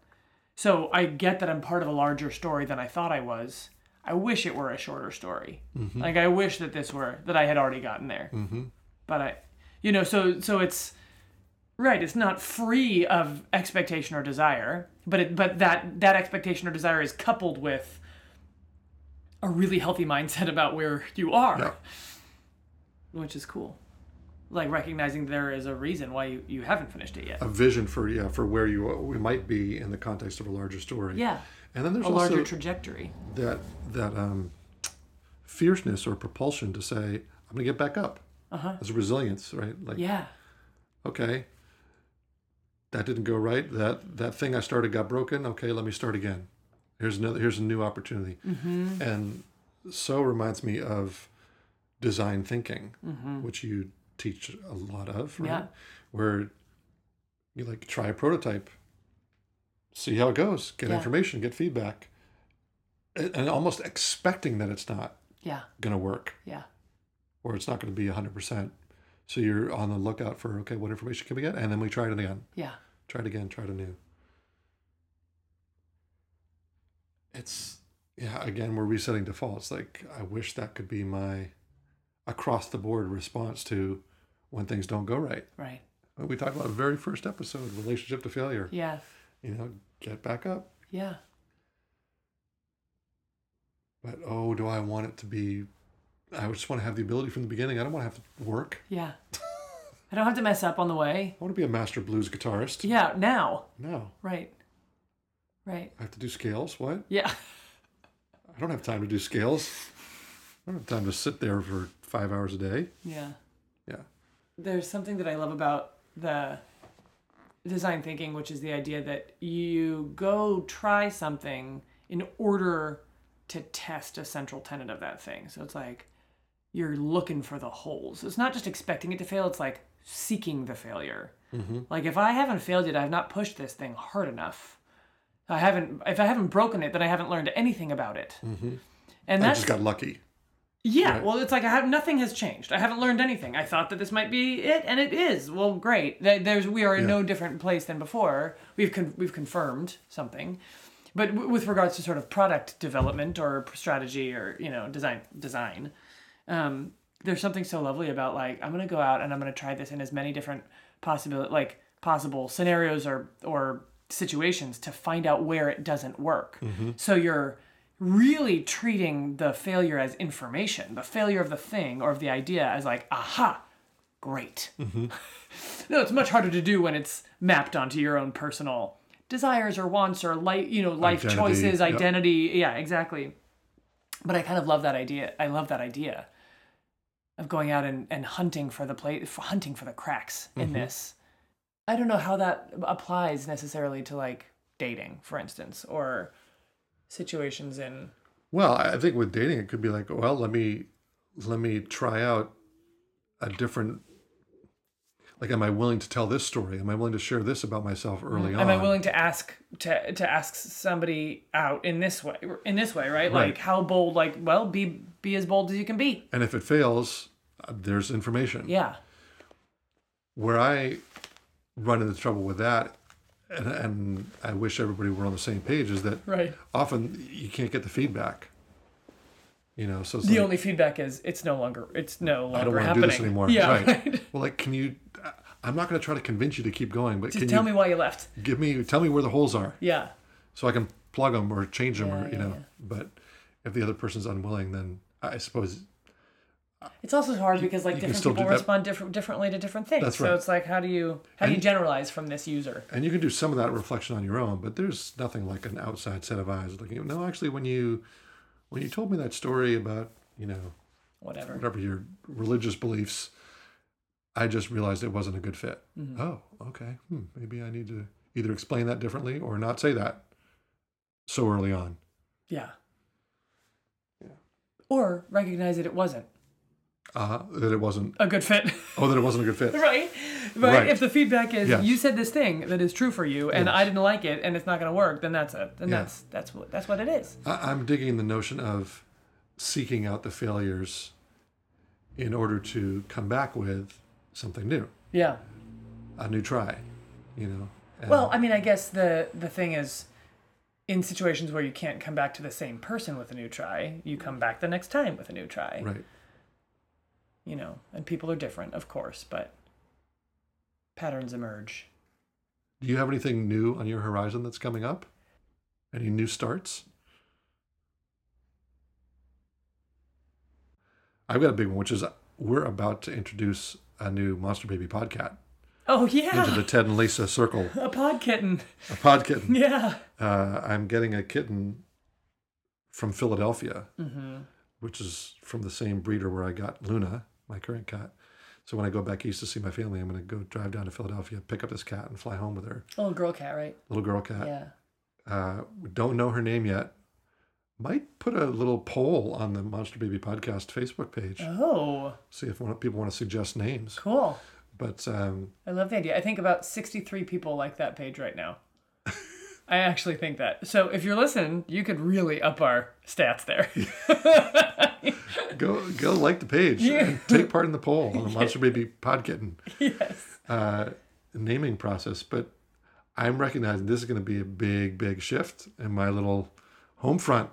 S2: So I get that I'm part of a larger story than I thought I was. I wish it were a shorter story. Like I wish that this were that I had already gotten there. Mm-hmm. But I, you know, so so it's right. It's not free of expectation or desire, but it but that that expectation or desire is coupled with a really healthy mindset about where you are,
S1: Yeah.
S2: which is cool. Like recognizing there is a reason why you, you haven't finished it yet.
S1: a vision for yeah for where you we might be in the context of a larger story.
S2: Yeah.
S1: and then there's
S2: A
S1: also
S2: larger trajectory.
S1: that that um, fierceness or propulsion to say I'm going to get back up. Uh-huh. There's resilience, right? Like
S2: Yeah.
S1: okay. That didn't go right. That that thing I started got broken. Okay, let me start again. Here's another. Here's a new opportunity.
S2: Mm-hmm.
S1: And so reminds me of design thinking, which you teach a lot of, right?
S2: Mm-hmm. Yeah.
S1: Where you like try a prototype, see how it goes, get
S2: Yeah.
S1: information, get feedback, and and almost expecting that it's not
S2: Yeah.
S1: gonna work
S2: Yeah.
S1: or it's not going to be 100%. So you're on the lookout for, okay, what information can we get? And then we try it again,
S2: Yeah.
S1: try it again, try it anew. It's, yeah, again, we're resetting defaults. Like, I wish that could be my across the board response to when things don't go right.
S2: Right.
S1: We talked about the very first episode, relationship to failure.
S2: Yeah.
S1: You know, get back up.
S2: Yeah.
S1: But oh, do I want it to be? I just want to have the ability from the beginning. I don't want to have to work. (laughs)
S2: Yeah. I don't have to mess up on the way.
S1: I want to be a master blues guitarist.
S2: Yeah. Now.
S1: No.
S2: Right. Right.
S1: I have to do scales. What?
S2: Yeah. (laughs)
S1: I don't have time to do scales. I don't have time to sit there for five hours a day.
S2: Yeah.
S1: Yeah.
S2: There's something that I love about the design thinking, which is the idea that you go try something in order to test a central tenet of that thing. So it's like, you're looking for the holes. It's not just expecting it to fail, it's like seeking the failure. Like if I haven't failed yet, I've not pushed this thing hard enough. I haven't if I haven't broken it, then I haven't learned anything about it. And
S1: I
S2: that's
S1: just got lucky.
S2: yeah, well, it's like I have nothing has changed. I haven't learned anything. I thought that this might be it, and it is. Well, great. Th- There's we are in no different place than before. We've con- we've confirmed something, but w- with regards to sort of product development or p- strategy or you know design design, um, there's something so lovely about like I'm gonna go out and I'm gonna try this in as many different possible like possible scenarios or or situations to find out where it doesn't work.
S1: Mm-hmm.
S2: So you're really treating the failure as information, the failure of the thing or of the idea as like aha, great.
S1: Mm-hmm.
S2: (laughs) no, it's much harder to do when it's mapped onto your own personal desires or wants or life, you know, life
S1: Identity,
S2: choices,
S1: yep.
S2: identity. Yeah, exactly. But I kind of love that idea. I love that idea of going out and, and hunting for the play, for hunting for the cracks
S1: Mm-hmm.
S2: in this. I don't know how that applies necessarily to like dating, for instance, or situations in
S1: Well, I I think with dating, it could be like, well, let me let me try out a different. Like, am I willing to tell this story? Am I willing to share this about myself early on?
S2: Mm-hmm. am I willing to ask to to ask somebody out in this way in this way right,
S1: Right.
S2: like how bold like well be be as bold as you can be
S1: and if it fails, uh, there's information.
S2: yeah
S1: Where I run into trouble with that, and, and I wish everybody were on the same page, is that
S2: right
S1: often you can't get the feedback. You know, so it's
S2: the
S1: like,
S2: only feedback is it's no longer it's no longer
S1: I don't want to
S2: happening
S1: do this anymore.
S2: yeah (laughs)
S1: right.
S2: right.
S1: (laughs) Well, like, can you? I- I'm not going to try to convince you to keep going, but
S2: just
S1: can
S2: tell
S1: you
S2: me why you left
S1: give me tell me where the holes are
S2: yeah
S1: so I can plug them or change them
S2: Yeah,
S1: or you
S2: yeah,
S1: know.
S2: yeah.
S1: But if the other person's unwilling, then I suppose
S2: it's also hard because like
S1: you can
S2: different
S1: still
S2: people
S1: do that.
S2: respond different differently to different things
S1: That's
S2: so
S1: right.
S2: it's like how do you how do you
S1: And-
S2: generalize from this user
S1: and you can do some of that reflection on your own. But there's nothing like an outside set of eyes looking. at No, actually, when you when you told me that story about you know
S2: whatever
S1: whatever your religious beliefs, I just realized it wasn't a good fit.
S2: Mm-hmm.
S1: Oh, okay. Hmm, maybe I need to either explain that differently or not say that so early on.
S2: yeah
S1: Yeah.
S2: or recognize that it wasn't
S1: Uh, that it wasn't.
S2: a good fit (laughs)
S1: Oh, that it wasn't a good fit.
S2: right? But
S1: Right.
S2: if the feedback is
S1: Yes.
S2: you said this thing that is true for you and I didn't like it and it's not going to work, then that's it. Then
S1: Yeah.
S2: that's that's what that's what it is.
S1: I, I'm digging the notion of seeking out the failures in order to come back with something new,
S2: Yeah.
S1: a new try. You know. And-
S2: Well, I mean, I guess the the thing is in situations where you can't come back to the same person with a new try, you come back the next time with a new try.
S1: right.
S2: You know, and people are different, of course, but patterns emerge.
S1: Do you have anything new on your horizon that's coming up? Any new starts? I've got a big one, which is we're about to introduce a new Monster Baby podcat
S2: Oh
S1: into
S2: yeah.
S1: the Ted and Lisa circle.
S2: (laughs) a pod kitten.
S1: A
S2: (laughs)
S1: podkitten.
S2: Yeah.
S1: Uh, I'm getting a kitten from Philadelphia,
S2: Mhm.
S1: which is from the same breeder where I got Luna, my current cat. So when I go back east to see my family, I'm going to go drive down to Philadelphia, pick up this cat, and fly home with her.
S2: Little girl cat, right?
S1: Little girl cat.
S2: yeah.
S1: uh, we don't know her name yet, might put a little poll on the Monster Baby Podcast Facebook page.
S2: Oh,
S1: See if one, people want to suggest names.
S2: cool.
S1: But um,
S2: I love the idea. I think about 63 people like that page
S1: (laughs)
S2: right now. I actually think that. So if you're listening, you could really up our
S1: (laughs)
S2: stats there. (laughs)
S1: go go like the page.
S2: Yeah.
S1: And take part in the poll
S2: (laughs)
S1: on the Monster Baby Podkitten
S2: yes.
S1: uh, naming process. But I'm recognizing this is going to be a big, big shift in my little home front.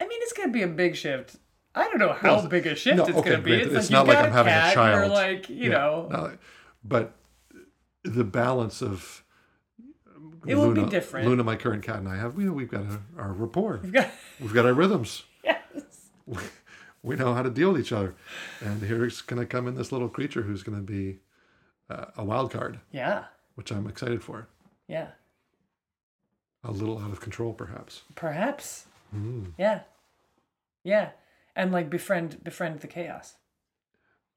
S2: I mean, it's going to be a big shift. I don't know how
S1: Well,
S2: big a shift
S1: no,
S2: it's
S1: okay,
S2: going to be.
S1: great.
S2: It's,
S1: It's
S2: like
S1: not
S2: you've
S1: like
S2: got
S1: I'm having a
S2: cat, You're
S1: child.
S2: like, you
S1: Yeah, Uh,
S2: know,
S1: no, but the balance of
S2: It will be
S1: Luna-
S2: different.
S1: Luna, my current cat, and I have we we've got our, our rapport.
S2: you've got, (laughs)
S1: We've got our rhythms. (laughs)
S2: yes.
S1: we know how to deal with each other. And here's going to come in this little creature who's going to be uh, a wild card,
S2: Yeah.
S1: which I'm excited for.
S2: Yeah.
S1: A little out of control, perhaps.
S2: Perhaps.
S1: Mm.
S2: Yeah. Yeah. And like befriend befriend the chaos.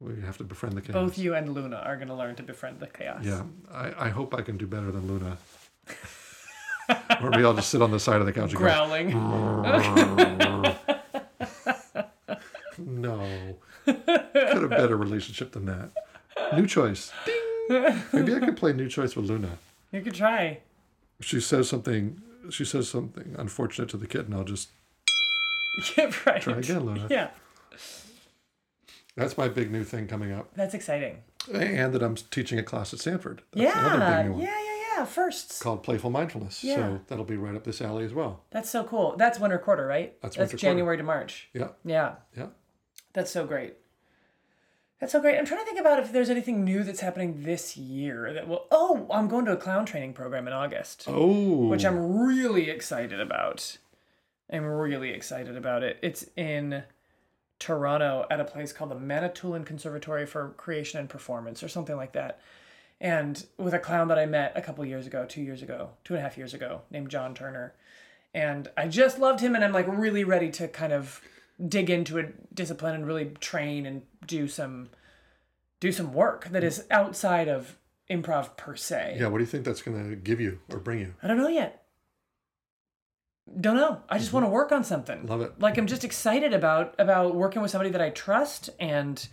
S1: We have to befriend the cat.
S2: Both you and Luna are going to learn to befriend the chaos.
S1: Yeah, I, I hope I can do better than Luna. (laughs) or maybe I'll just sit on the side of the couch and
S2: Growling.
S1: go, no. Could have better relationship than that. New choice. Ding. Maybe I could play new choice with Luna.
S2: (laughs) You could try. (laughs)
S1: She says something. She says something unfortunate to the kid, and I'll just.
S2: Yeah, right.
S1: Try again, Luna.
S2: (laughs) Yeah,
S1: That's my big new thing coming up,
S2: that's exciting.
S1: and that I'm teaching a class at Stanford. That's another
S2: yeah,
S1: big new one
S2: yeah, yeah, yeah. Firsts.
S1: called Playful Mindfulness.
S2: Yeah.
S1: So that'll be right up this alley as well.
S2: That's so cool. That's winter quarter, right?
S1: That's
S2: that's
S1: winter quarter.
S2: January to March.
S1: Yeah,
S2: Yeah,
S1: yeah.
S2: that's so great. That's so great. I'm trying to think about if there's anything new that's happening this year that will. Oh, I'm going to a clown training program in August,
S1: Oh,
S2: which I'm really excited about. I'm really excited about it. It's in Toronto at a place called the Manitoulin Conservatory for Creation and Performance or something like that. And with a clown that I met a couple years ago, two years ago, two and a half years ago, named John Turner. And I just loved him and I'm like really ready to kind of dig into a discipline and really train and do some do some work that is outside of improv per se.
S1: yeah. What do you think that's going to give you or bring you?
S2: I don't know yet. Don't know. I just want to work on something.
S1: Mm-hmm. Love it.
S2: Like I'm just excited about about working with somebody that I trust and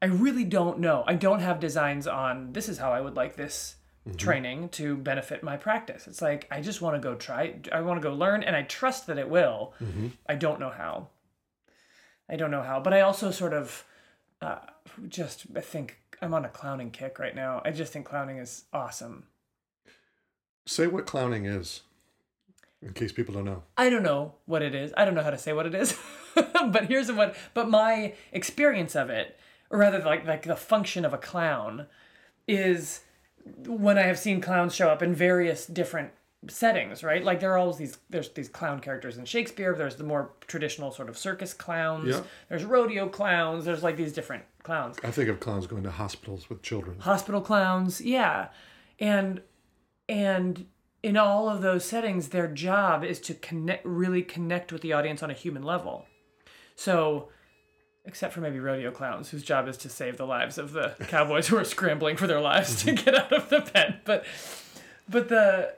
S2: I really don't know. I don't have designs on this is how I would like this
S1: Mm-hmm.
S2: training to benefit my practice. It's like I just want to go try I want to go learn and I trust that it will.
S1: Mm-hmm.
S2: I don't know how. I don't know how, but I also sort of uh, just I think I'm on a clowning kick right now. I just think clowning is awesome.
S1: Say what clowning is, in case people don't know.
S2: I don't know what it is. I don't know how to say what it is. (laughs) but here's what but my experience of it, or rather like like the function of a clown is when I have seen clowns show up in various different settings, right? Like there are always these there's these clown characters in Shakespeare, there's the more traditional sort of circus clowns,
S1: Yeah.
S2: there's rodeo clowns, there's like these different clowns
S1: I think of clowns going to hospitals with children.
S2: hospital clowns yeah and and in all of those settings their job is to connect really connect with the audience on a human level so except for maybe rodeo clowns whose job is to save the lives of the cowboys who are scrambling for their lives to get out of the pen but but the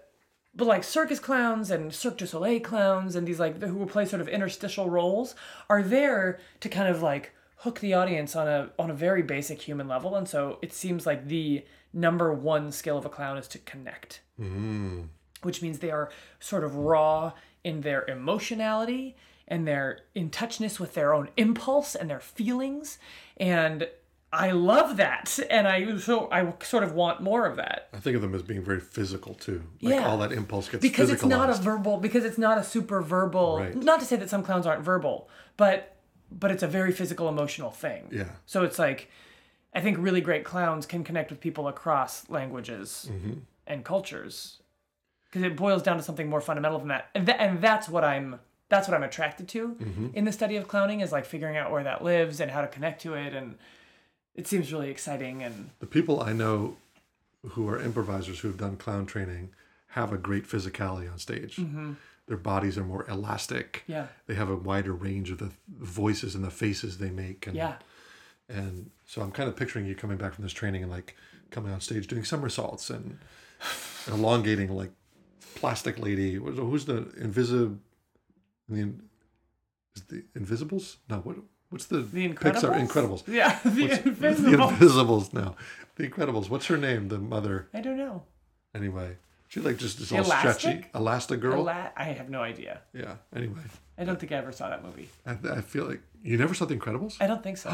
S2: but like circus clowns and Cirque du Soleil clowns and these like who will play sort of interstitial roles are there to kind of like hook the audience on a on a very basic human level and so it seems like the number one skill of a clown is to connect which means they are sort of raw in their emotionality and their in touchness with their own impulse and their feelings and I love that and I so I sort of want more of that
S1: I think of them as being very physical too. Like
S2: Yeah.
S1: all that impulse gets
S2: because
S1: physicalized.
S2: it's not a verbal because it's not a super verbal
S1: Right.
S2: not to say that some clowns aren't verbal but but it's a very physical emotional thing
S1: Yeah.
S2: so it's like i think really great clowns can connect with people across languages
S1: Mm-hmm.
S2: and cultures because it boils down to something more fundamental than that and, tha- and that's what i'm that's what i'm attracted to
S1: Mm-hmm.
S2: in the study of clowning is like figuring out where that lives and how to connect to it and it seems really exciting and
S1: The people I know who are improvisers who have done clown training have a great physicality on stage.
S2: Mm-hmm.
S1: Their bodies are more elastic.
S2: yeah
S1: They have a wider range of the voices and the faces they make. And,
S2: yeah
S1: And so I'm kind of picturing you coming back from this training and like coming on stage doing somersaults and elongating like plastic lady. What- Who's the invisible? The is the Invisibles? No, what what's the,
S2: the
S1: Pixar
S2: incredibles
S1: Incredibles?
S2: yeah (laughs) the
S1: The
S2: invisible
S1: Invisibles now. The Incredibles. What's her name? The mother.
S2: i don't know
S1: Anyway, she like just is all
S2: Elastic?
S1: stretchy, elastic girl.
S2: Ela- I have no idea.
S1: yeah. Anyway,
S2: I don't think I ever saw that movie.
S1: I, I feel like you never saw The Incredibles.
S2: I don't think
S1: (gasps)
S2: so.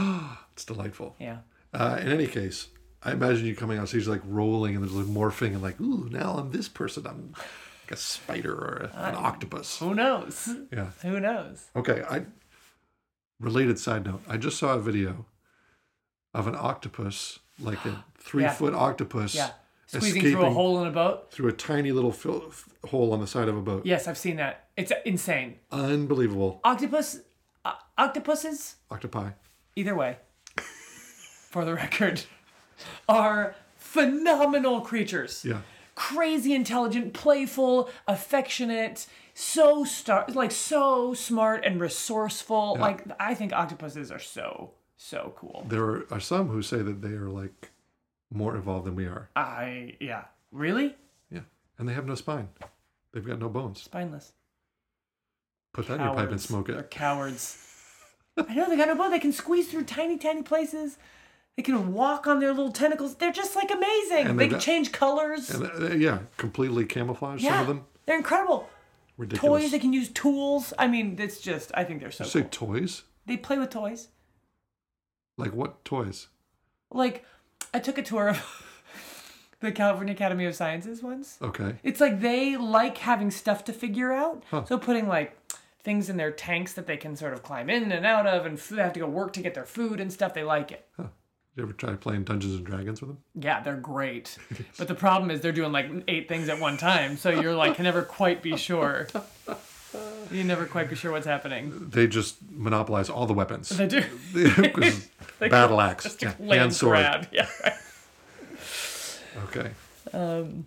S1: It's delightful.
S2: yeah.
S1: Uh, in any case, I imagine you coming on stage like rolling and there's like morphing and like, ooh, now I'm this person. I'm like a spider or a- an
S2: Uh,
S1: octopus.
S2: Who knows?
S1: Yeah.
S2: Who knows?
S1: Okay. I related side note. I just saw a video of an octopus, like
S2: (gasps)
S1: a three foot octopus,
S2: Yeah. Squeezing
S1: escaping
S2: through a hole in a boat.
S1: through a tiny little fil- f- hole on the side of a boat.
S2: Yes, I've seen that. It's insane.
S1: Unbelievable.
S2: Octopus, uh, octopuses,
S1: Octopi. (laughs)
S2: either way, for the record, are phenomenal creatures.
S1: Yeah.
S2: crazy intelligent, playful, affectionate, so star like so smart and resourceful. Like I think octopuses are so so cool.
S1: There are, are some who say that they are like more evolved than we are.
S2: I yeah. Really?
S1: Yeah. And they have no spine, they've got no bones.
S2: Spineless.
S1: Put that in your pipe and
S2: Cowards.
S1: smoke it.
S2: They're cowards. I know they got no bone. They can squeeze through tiny, tiny places. They can walk on their little tentacles. They're just like amazing.
S1: And
S2: They
S1: they've
S2: can
S1: got-
S2: change colors.
S1: And, uh, yeah, completely camouflage.
S2: yeah,
S1: Some of them
S2: they're incredible.
S1: ridiculous.
S2: Toys. They can use tools. I mean, it's just. I think they're so.
S1: You say
S2: Cool.
S1: toys?
S2: They play with toys.
S1: Like what toys?
S2: Like, I took a tour of (laughs) the California Academy of Sciences once.
S1: Okay.
S2: It's like they like having stuff to figure out.
S1: Huh.
S2: So putting like things in their tanks that they can sort of climb in and out of, and f- they have to go work to get their food and stuff. They like it.
S1: Huh. You ever try playing Dungeons and Dragons with them?
S2: Yeah, they're great.
S1: (laughs)
S2: But the problem is they're doing like eight things at one time, so you're like can never quite be sure. You never quite be sure what's happening.
S1: They just monopolize all the weapons.
S2: They do.
S1: (laughs) 'Cause
S2: (laughs) They
S1: battle axe,
S2: (laughs) just
S1: yeah,
S2: land
S1: hand sword.
S2: grab. Yeah.
S1: (laughs)
S2: right.
S1: Okay. Um.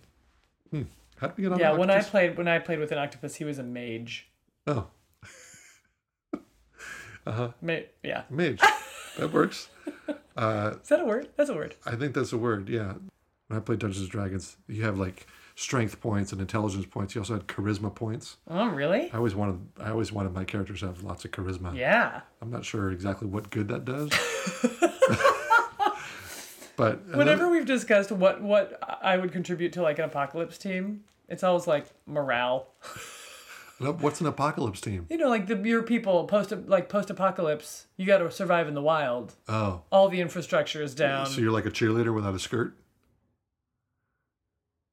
S1: How did we get on?
S2: Yeah.
S1: the
S2: When I
S1: octopus?
S2: played when I played with an octopus, he was a mage.
S1: Oh,
S2: Ma- yeah. (laughs)
S1: mage. that works.
S2: Is that a word? That's a word.
S1: I think that's a word. Yeah. When I played Dungeons and Dragons, you have like strength points and intelligence points. You also had charisma points.
S2: Oh, really?
S1: I always wanted. I always wanted my characters to have lots of charisma.
S2: Yeah.
S1: I'm not sure exactly what good that
S2: (laughs)
S1: does. but uh, another-
S2: Whenever we've discussed what what I would contribute to like an apocalypse team, it's always like morale.
S1: no, what's an apocalypse team?
S2: You know, like the your people post like post apocalypse, you got to survive in the wild.
S1: Oh,
S2: All the infrastructure is down.
S1: so you're like a cheerleader without a skirt?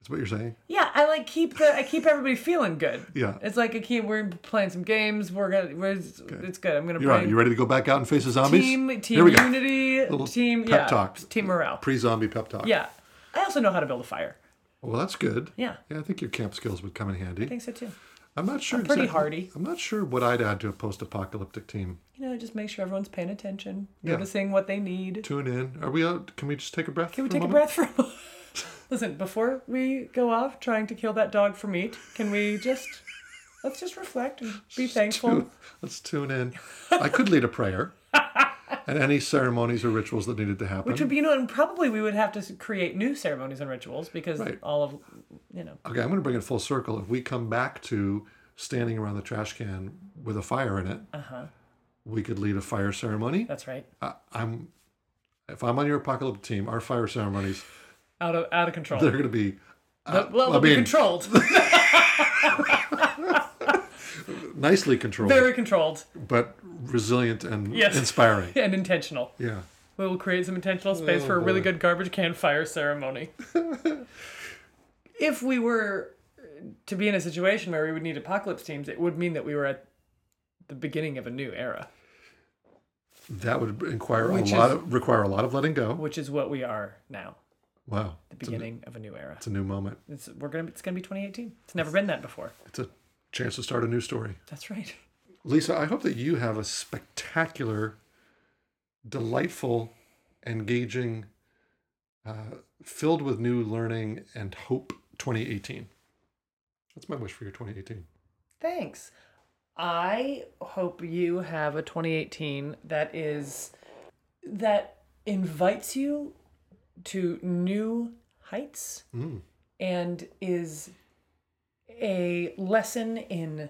S1: That's what you're saying?
S2: Yeah, I like keep the I keep everybody feeling good.
S1: Yeah.
S2: It's like I keep we're playing some games. We're gonna we're it's, it's good. I'm gonna
S1: You're
S2: play
S1: right. You ready to go back out and face the zombies?
S2: team
S1: Here
S2: team
S1: we go.
S2: unity
S1: Little
S2: team
S1: pep
S2: yeah
S1: talk.
S2: team morale.
S1: Pre-zombie pep talk.
S2: Yeah, I also know how to build a fire.
S1: Well, that's good.
S2: Yeah.
S1: Yeah, I think your camp skills would come in handy.
S2: I think so too.
S1: I'm not sure.
S2: pretty
S1: exactly-
S2: hardy.
S1: I'm not sure what I'd add to a post-apocalyptic team.
S2: You know, just make sure everyone's paying attention, noticing what they need.
S1: Tune in. Are we out? Can we just take a breath?
S2: Can we take a breath for a (laughs) moment? Listen, before we go off trying to kill that dog for meat, can we just let's just reflect and be thankful?
S1: Tune- Let's tune in. I could lead a prayer, and any ceremonies or rituals that needed to happen.
S2: Which would be, you know, and probably we would have to s- create new ceremonies and rituals because
S1: Right.
S2: all of, you know,
S1: okay, I'm going to bring it full circle. If we come back to standing around the trash can with a fire in it,
S2: Uh-huh.
S1: we could lead a fire ceremony.
S2: that's right.
S1: I, I'm, if I'm on your apocalypse team, our fire ceremonies
S2: Out of out of control.
S1: they're going to be
S2: But- well,
S1: I
S2: they'll be
S1: mean- (laughs)
S2: controlled.
S1: nicely controlled,
S2: Very controlled
S1: but resilient and
S2: Yes.
S1: inspiring. (laughs)
S2: and intentional.
S1: Yeah.
S2: We will create some intentional space for a really good garbage can fire ceremony. if we were to be in a situation where we would need apocalypse teams, it would mean that we were at the beginning of a new era,
S1: That would require
S2: Which
S1: a lot
S2: is-
S1: of require a lot of letting go.
S2: which is what we are now.
S1: Wow,
S2: The beginning of a new era.
S1: it's a new moment.
S2: It's, we're gonna. It's gonna be 2018. It's never been that before.
S1: It's a chance to start a new story.
S2: That's right.
S1: Lisa, I hope that you have a spectacular, delightful, engaging, uh, filled with new learning and hope 2018. That's my wish for your 2018.
S2: Thanks. I hope you have a 2018 that is that invites you to new heights
S1: Mm.
S2: and is a lesson in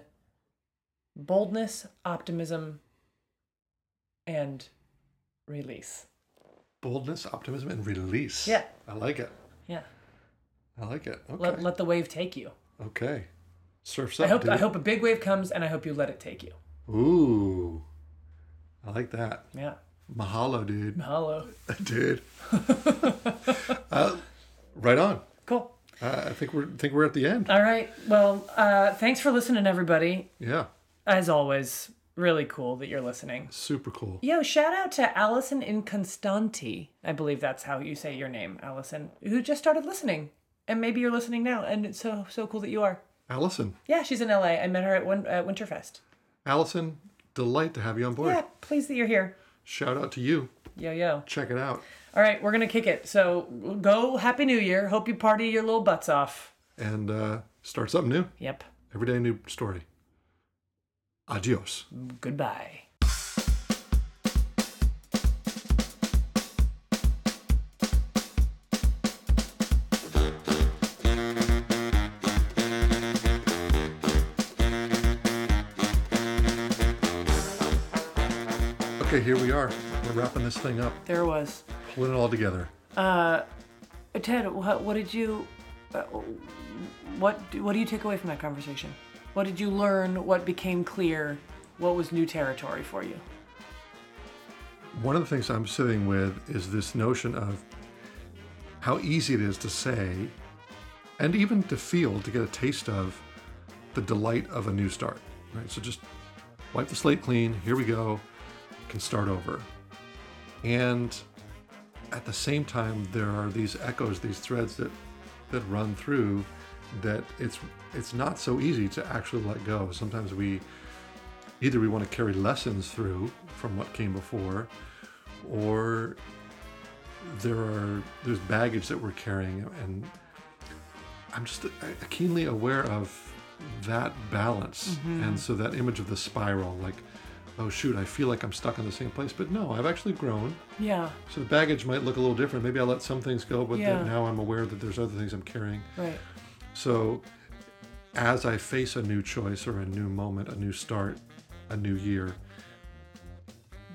S2: boldness, optimism, and release.
S1: Boldness, optimism, and release.
S2: Yeah.
S1: I like it.
S2: Yeah.
S1: I like it. Okay.
S2: Let, let the wave take you.
S1: okay. Surfs
S2: I
S1: up.
S2: hope
S1: dude.
S2: I hope a big wave comes and I hope you let it take you.
S1: Ooh. I like that.
S2: Yeah.
S1: Mahalo, dude. (laughs)
S2: Mahalo. (laughs)
S1: dude. uh, right on.
S2: Cool.
S1: Uh, I think we're think we're at the end.
S2: All right. Well, uh, thanks for listening, everybody.
S1: Yeah.
S2: as always, really cool that you're listening.
S1: Super cool.
S2: Yo, shout out to Allison Inconstanti. I believe that's how you say your name, Allison, who just started listening. And maybe you're listening now, and it's so so cool that you are.
S1: Allison.
S2: Yeah, she's in LA. I met her at, Win- at Winterfest.
S1: Allison, delight to have you on board.
S2: Yeah, pleased that you're here.
S1: Shout out to you.
S2: Yo yo.
S1: Check it out.
S2: All right, we're gonna kick it. So go, happy New Year. Hope you party your little butts off.
S1: And uh, start something new.
S2: Yep.
S1: Every day, a new story. Adios.
S2: Goodbye.
S1: Okay, Okay, here we are. We're wrapping this thing up,
S2: There was.
S1: pulling it all together.
S2: Uh, Ted, what, what did you, uh, what do- what do you take away from that conversation? What did you learn? What became clear? What was new territory for you?
S1: One of the things I'm sitting with is this notion of how easy it is to say and even to feel to get a taste of the delight of a new start. Right? So just wipe the slate clean, here we go, can start over. And at the same time there are these echoes, these threads that that run through that it's it's not so easy to actually let go. Sometimes we either we want to carry lessons through from what came before or there are there's baggage that we're carrying and i'm just uh, keenly aware of that balance and so that image of the spiral like oh shoot i feel like i'm stuck in the same place but no i've actually grown
S2: Yeah,
S1: so the baggage might look a little different maybe i let some things go but
S2: Yeah.
S1: then now i'm aware that there's other things i'm carrying
S2: right.
S1: so, as I face a new choice or a new moment, a new start, a new year,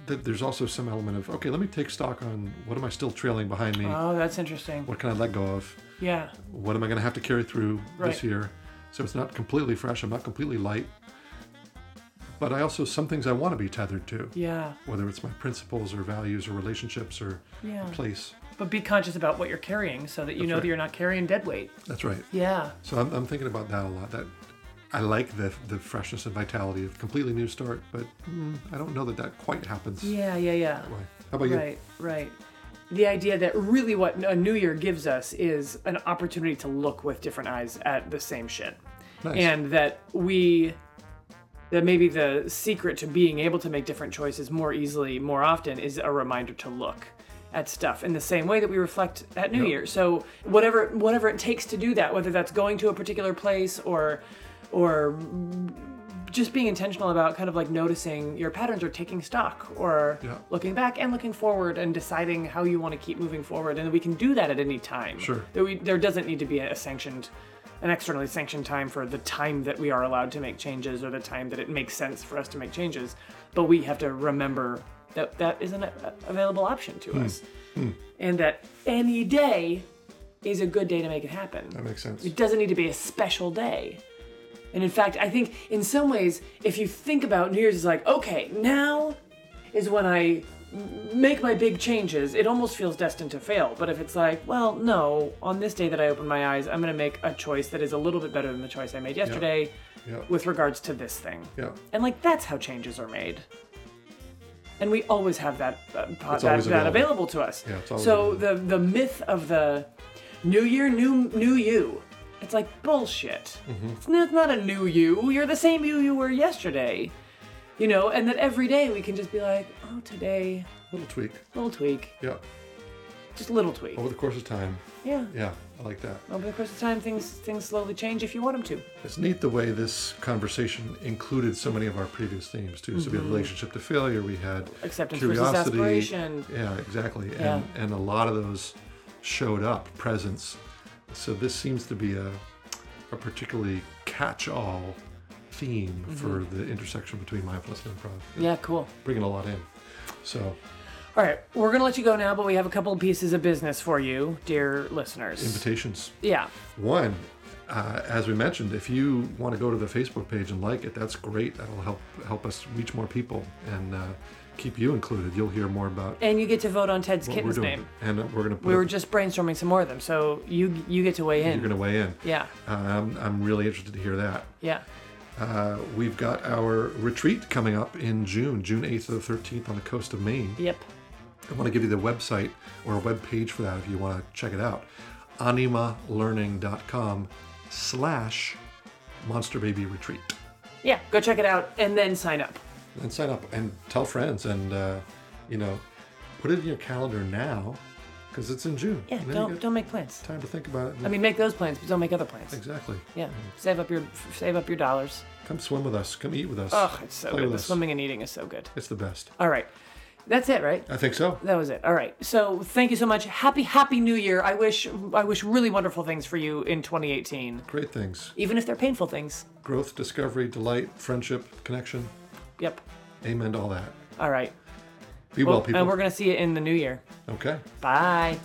S1: that there's also some element of okay, let me take stock on what am I still trailing behind me?
S2: Oh, that's interesting.
S1: What can I let go of?
S2: Yeah,
S1: What am I going to have to carry through
S2: Right.
S1: this year? So it's not completely fresh. I'm not completely light. But I also some things I want to be tethered to,
S2: yeah,
S1: whether it's my principles or values or relationships or
S2: yeah.
S1: place.
S2: But be conscious about what you're carrying so that you
S1: That's
S2: know
S1: right.
S2: that you're not carrying dead weight.
S1: That's right.
S2: Yeah,
S1: So I'm, I'm thinking about that a lot. That I like the the freshness and vitality of completely new start, but mm, I don't know that that quite happens.
S2: yeah, yeah, yeah.
S1: That way. How about you?
S2: Right, right. The idea that really what a new year gives us is an opportunity to look with different eyes at the same shit.
S1: Nice.
S2: And that we, that maybe the secret to being able to make different choices more easily, more often, is a reminder to look at stuff in the same way that we reflect at New
S1: Yep.
S2: Year. So whatever whatever it takes to do that, whether that's going to a particular place or or just being intentional about kind of like noticing your patterns or taking stock or
S1: Yeah.
S2: looking back and looking forward and deciding how you want to keep moving forward and we can do that at any time
S1: Sure.
S2: there, we, there doesn't need to be a sanctioned an externally sanctioned time for the time that we are allowed to make changes or the time that it makes sense for us to make changes but we have to remember that that is an a- available option to
S1: Hmm.
S2: us and that any day is a good day to make it happen
S1: that makes sense.
S2: it doesn't need to be a special day. And in fact, I think in some ways, if you think about New Year's as like, okay, now is when I m- make my big changes, it almost feels destined to fail. But if it's like, well, no, on this day that I open my eyes, I'm going to make a choice that is a little bit better than the choice I made yesterday
S1: Yeah.
S2: with regards to this thing.
S1: Yeah.
S2: And like, that's how changes are made. And we always have that uh, po-
S1: It's
S2: that,
S1: always
S2: that
S1: available.
S2: available to us.
S1: Yeah, it's always
S2: so the the myth of the new year, new new you. It's like bullshit.
S1: Mm-hmm.
S2: It's, not, it's not a new you. You're the same you you were yesterday. You know, and that every day we can just be like, oh, today,
S1: Little tweak.
S2: little tweak,
S1: Yeah.
S2: just little tweak.
S1: Over the course of time.
S2: Yeah.
S1: Oh, Yeah, I like that.
S2: Over the course of time, things things slowly change if you want them to.
S1: It's neat the way this conversation included so many of our previous themes too. So we
S2: Mm-hmm.
S1: had relationship to failure. We had
S2: Acceptance versus
S1: curiosity.
S2: aspiration.
S1: Yeah, exactly.
S2: Yeah.
S1: And and a lot of those showed up presence. So this seems to be a a particularly catch-all theme for the intersection between mindfulness and improv.
S2: Mm-hmm. Yeah, cool.
S1: Bringing a lot in. So
S2: All right, we're gonna let you go now, but we have a couple of pieces of business for you, dear listeners.
S1: invitations.
S2: yeah,
S1: One, uh, as we mentioned, if you want to go to the Facebook page and like it, that's great. That'll help help us reach more people and uh, keep you included. You'll hear more about
S2: and you get to vote on Ted's
S1: what we're
S2: kitten's
S1: doing,
S2: name.
S1: and uh, we're going to put
S2: We
S1: it-
S2: were just brainstorming some more of them, so you you get to weigh
S1: you're
S2: in.
S1: going to weigh in.
S2: Yeah,
S1: Um, I'm really interested to hear that.
S2: yeah,
S1: Uh, we've got our retreat coming up in June, June 8th to the 13th on the coast of Maine.
S2: yep.
S1: I want to give you the website or a web page for that if you want to check it out. animalearning.com slash monster baby retreat.
S2: Yeah, go check it out and then sign up.
S1: And sign up and tell friends and, uh, you know, put it in your calendar now because it's in June.
S2: Yeah,
S1: And then you
S2: don't
S1: got
S2: don't make plans.
S1: Time to think about it.
S2: I mean, make those plans, but don't make other plans.
S1: exactly.
S2: Yeah, save up your save up your dollars.
S1: Come swim with us. Come eat with us.
S2: Ugh, it's so
S1: Play
S2: good.
S1: with
S2: The
S1: us.
S2: swimming and eating is so good.
S1: It's the best.
S2: All right, that's it, right?
S1: I think so.
S2: That was it. All right. So thank you so much. Happy Happy New Year. I wish I wish really wonderful things for you in 2018,
S1: Great things.
S2: even if they're painful things.
S1: growth, discovery, delight, friendship, connection.
S2: Yep.
S1: Amen to all that.
S2: All right.
S1: Be well, people.
S2: And we're going to see you in the new year.
S1: Okay.
S2: Bye.